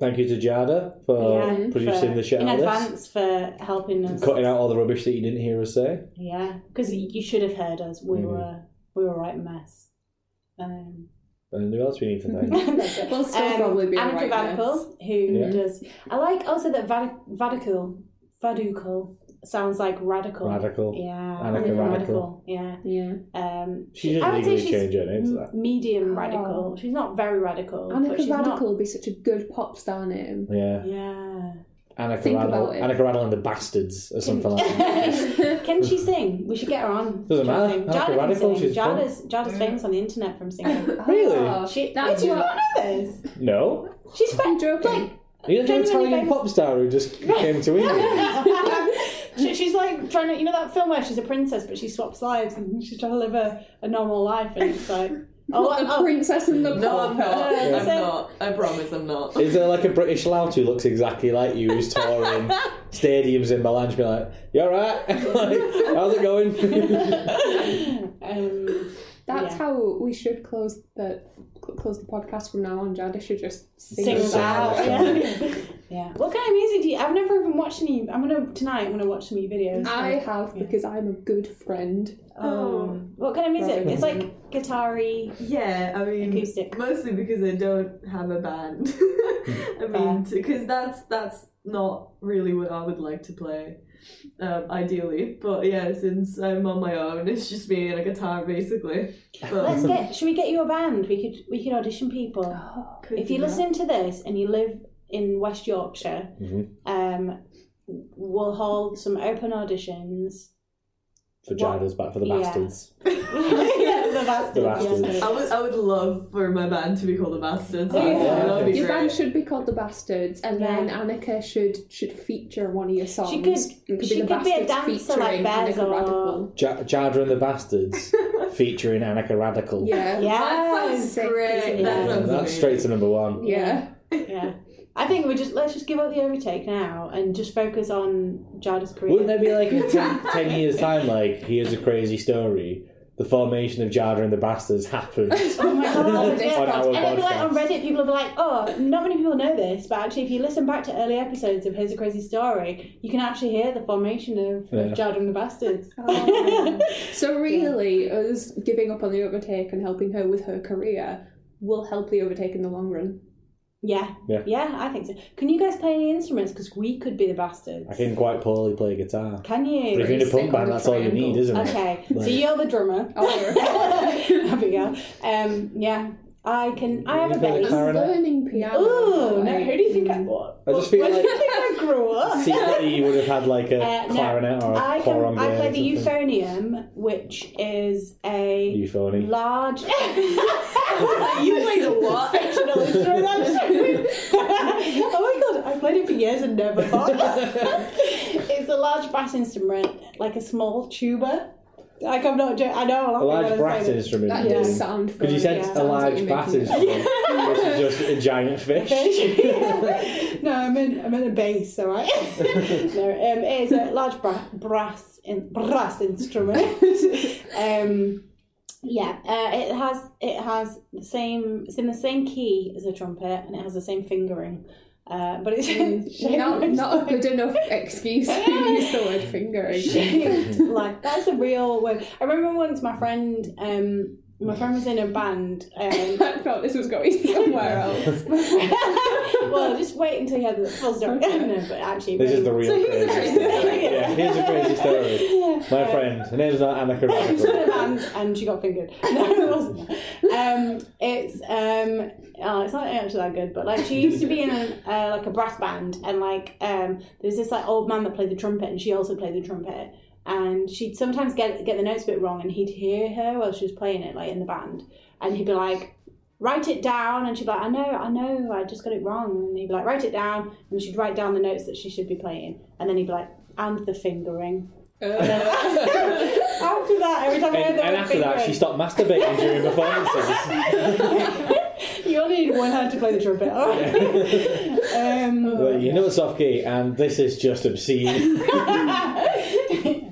Speaker 3: Thank you to Jada for
Speaker 2: Yeah,
Speaker 3: producing
Speaker 2: for-
Speaker 3: the shit
Speaker 2: in
Speaker 3: out of
Speaker 2: advance for helping us.
Speaker 3: this. Cutting out all the rubbish that you didn't hear us say.
Speaker 2: Yeah, because you should have heard us. We were we were a right mess. Um,
Speaker 3: And who else we need to thank?
Speaker 2: that's it.
Speaker 1: We'll still
Speaker 2: Um,
Speaker 1: probably be a
Speaker 2: Annika
Speaker 1: right
Speaker 2: Vadakul, who
Speaker 3: Yeah.
Speaker 2: does. I like also that Vad- Vadakul, Vadukul. sounds like Mm-hmm. radical.
Speaker 3: Radical.
Speaker 2: Yeah.
Speaker 3: Anarcha
Speaker 2: radical.
Speaker 3: Radical.
Speaker 2: Yeah.
Speaker 1: Yeah.
Speaker 2: Um,
Speaker 3: She should
Speaker 2: I would say
Speaker 3: legally
Speaker 2: she's
Speaker 3: change her name to that.
Speaker 2: Medium radical.
Speaker 1: Oh.
Speaker 2: She's not very radical. but
Speaker 1: Annika
Speaker 2: she's not-
Speaker 1: Radical would be such a good pop star name.
Speaker 3: Yeah.
Speaker 2: Yeah.
Speaker 3: Annika
Speaker 1: Think
Speaker 3: Rattle,
Speaker 1: about it.
Speaker 3: Annika Rattle and the Bastards, or something like that.
Speaker 2: Can she sing? We should get her on.
Speaker 3: Doesn't
Speaker 2: She can
Speaker 3: matter.
Speaker 2: sing.
Speaker 3: Anarcha
Speaker 2: Jada can
Speaker 3: Radical,
Speaker 2: sing.
Speaker 3: she's fun.
Speaker 2: Jada's, Jada's famous on the internet from singing.
Speaker 3: Really?
Speaker 2: she,
Speaker 1: Oh, That's
Speaker 2: did you
Speaker 1: what-
Speaker 2: not know this?
Speaker 3: No?
Speaker 2: She's fat.
Speaker 1: joking.
Speaker 3: You're an
Speaker 2: Genuinely
Speaker 3: Italian
Speaker 2: famous.
Speaker 3: pop star who just came to England.
Speaker 2: she, she's like trying to, you know, that film where she's a princess but she swaps lives and she's trying to live a, a normal life and it's like, oh,
Speaker 1: What, the
Speaker 2: oh,
Speaker 1: princess and the
Speaker 4: No, I'm not. I'm
Speaker 2: so-
Speaker 4: not. I promise I'm not.
Speaker 3: Is there like a British lout who looks exactly like you who's touring stadiums in Milan? She'd be like, You alright? like, how's it going?
Speaker 2: um,
Speaker 1: That's
Speaker 2: Yeah.
Speaker 1: how we should close the cl- close the podcast from now on. Jada should just sing,
Speaker 2: sing
Speaker 1: us
Speaker 2: it out.
Speaker 1: out.
Speaker 2: Yeah. yeah. What kind of music do you? I've never even watched any. I'm gonna tonight. I'm gonna watch some of your videos.
Speaker 1: I have because I'm a good friend.
Speaker 2: Um, what kind of music? It's like guitar-y.
Speaker 4: Yeah, I mean,
Speaker 2: Acoustic.
Speaker 4: mostly because I don't have a band. I mean, because that's that's not really what I would like to play, um, ideally. But yeah, since I'm on my own, it's just me and a guitar basically.
Speaker 2: Let's
Speaker 4: But
Speaker 3: Um,
Speaker 2: get. Should we get you a band? We could. We could audition people.
Speaker 4: Oh, could
Speaker 2: If
Speaker 4: do
Speaker 2: you
Speaker 4: that.
Speaker 2: listen to this and you live in West Yorkshire,
Speaker 3: Mm-hmm.
Speaker 2: um, we'll hold some open auditions.
Speaker 3: for Jada's back for the
Speaker 2: Yeah.
Speaker 3: Bastards.
Speaker 2: the bastards.
Speaker 3: The Bastards.
Speaker 2: yeah.
Speaker 4: I would I would love for my band to be called the Bastards.
Speaker 2: yeah.
Speaker 4: That would be
Speaker 1: Oh, Your
Speaker 4: great.
Speaker 1: band should be called the Bastards, and then Annika should should feature one of your songs.
Speaker 2: She
Speaker 1: It
Speaker 2: could.
Speaker 1: be
Speaker 2: She
Speaker 1: The
Speaker 2: could be a
Speaker 1: Bastards
Speaker 2: dancer like
Speaker 1: featuring
Speaker 2: Bez
Speaker 1: Annika
Speaker 2: or.
Speaker 1: Radical.
Speaker 3: Ja- Jada and the Bastards featuring Annika Radical.
Speaker 1: Yeah.
Speaker 2: Yeah.
Speaker 4: That sounds
Speaker 1: Sick,
Speaker 4: great.
Speaker 1: isn't
Speaker 4: That
Speaker 2: it?
Speaker 3: And
Speaker 4: sounds
Speaker 3: that's
Speaker 4: amazing.
Speaker 3: straight to number one.
Speaker 1: Yeah.
Speaker 2: Yeah. I think we just let's just give up the overtake now and just focus on Jada's career.
Speaker 3: Wouldn't there be like in ten, 10 years' time, like, here's a crazy story? The formation of Jada and the Bastards happened.
Speaker 2: Oh my god! yeah.
Speaker 3: On our
Speaker 2: and it'd be like on
Speaker 3: podcast.
Speaker 2: Reddit, people would be like, "Oh, not many people know this, but actually, if you listen back to early episodes of Here's a Crazy Story, you can actually hear the formation of,
Speaker 3: Yeah.
Speaker 2: of Jada and the Bastards."
Speaker 4: Oh.
Speaker 1: So really, us giving up on the overtake and helping her with her career will help the overtake in the long run.
Speaker 2: yeah.
Speaker 3: Yeah.
Speaker 2: I think so. Can you guys play any instruments? Because we could be the Bastards.
Speaker 3: I can quite poorly play guitar.
Speaker 2: Can
Speaker 3: But
Speaker 2: you?
Speaker 3: if you're in a
Speaker 1: Sick
Speaker 3: punk
Speaker 1: on
Speaker 3: band,
Speaker 1: the
Speaker 3: that's all you
Speaker 1: triangle.
Speaker 3: need, isn't it?
Speaker 2: Okay, so
Speaker 3: Like-
Speaker 2: you're the drummer.
Speaker 1: Oh,
Speaker 2: Abigail. Um, yeah, I can. I have a
Speaker 3: You play the
Speaker 2: bass.
Speaker 3: clarinet?
Speaker 1: learning piano.
Speaker 2: Ooh, no,
Speaker 1: like-
Speaker 2: who do you
Speaker 1: Mm.
Speaker 2: think I was?
Speaker 3: I just feel
Speaker 2: Where do
Speaker 3: like
Speaker 2: you think I grew up?
Speaker 3: secretly you would have had like a
Speaker 2: Uh, no,
Speaker 3: clarinet or a
Speaker 2: I,
Speaker 3: four-on
Speaker 2: can, I play the
Speaker 3: euphony.
Speaker 2: euphonium, which is a
Speaker 3: Euphony.
Speaker 2: large. you played a what? Fictional instrument. oh my god, I played it for years and never thought. it's a large brass instrument, like a small tuba. Like I'm not. jo- I know.
Speaker 3: A large brass instrument.
Speaker 1: That
Speaker 3: yeah.
Speaker 1: does sound
Speaker 3: Because you
Speaker 1: familiar.
Speaker 3: said
Speaker 1: Sounds
Speaker 3: a
Speaker 1: like
Speaker 3: large
Speaker 1: you're
Speaker 3: bass
Speaker 1: making it.
Speaker 3: instrument, which is just a giant fish.
Speaker 2: no, I'm in. I'm in a bass. All right. no, um, it is a large bra- brass in, brass instrument. um, yeah, uh, it has it has the same. It's in the same key as a trumpet, and it has the same fingering. Uh, but it's
Speaker 1: Mm, Not, not a good enough excuse to use the word fingering.
Speaker 2: like that's a real word. I remember once my friend. Um, my friend was in a band. Um,
Speaker 1: I felt this was going somewhere else.
Speaker 2: well, just wait until you hear the full story. no, but actually,
Speaker 3: This is the
Speaker 2: really-
Speaker 3: real crazy story.
Speaker 2: Yeah.
Speaker 3: Yeah, here's a crazy story. My friend, her name's not Annika Radical.
Speaker 2: and, and she got fingered. No, it wasn't. Um, it's um, oh, it's not actually that good, but like she used to be in a, uh, like a brass band, and like um, there was this like old man that played the trumpet, and she also played the trumpet, and she'd sometimes get get the notes a bit wrong, and he'd hear her while she was playing it, like in the band, and he'd be like. Write it down, and she'd be like, "I know, I know, I just got it wrong." And he'd be like, "Write it down," and she'd write down the notes that she should be playing, and then he'd be like, "And the fingering." after that, every time I heard the
Speaker 3: And, and
Speaker 2: word
Speaker 3: after that,
Speaker 2: fingering-
Speaker 3: she stopped masturbating during performances.
Speaker 2: You only need one hand to play the trumpet. um,
Speaker 3: Well, you know it's off key, and this is just obscene.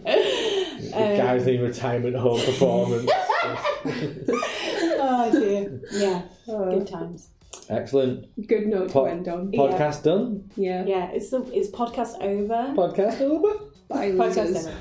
Speaker 3: Guys need retirement home performance.
Speaker 2: oh dear. Yeah. Good times.
Speaker 3: Excellent.
Speaker 1: Good note
Speaker 3: Po-
Speaker 1: to end on.
Speaker 3: podcast done.
Speaker 1: Yeah.
Speaker 2: Yeah. Is the is podcast over?
Speaker 3: Podcast over.
Speaker 1: Bye,
Speaker 2: Podcast
Speaker 1: losers.
Speaker 2: over.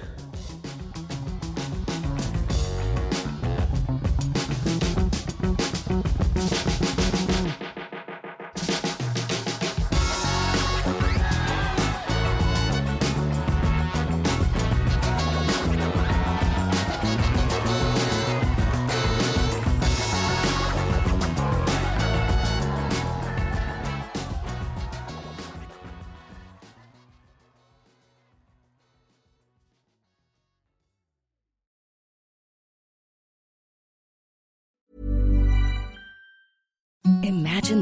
Speaker 6: Imagine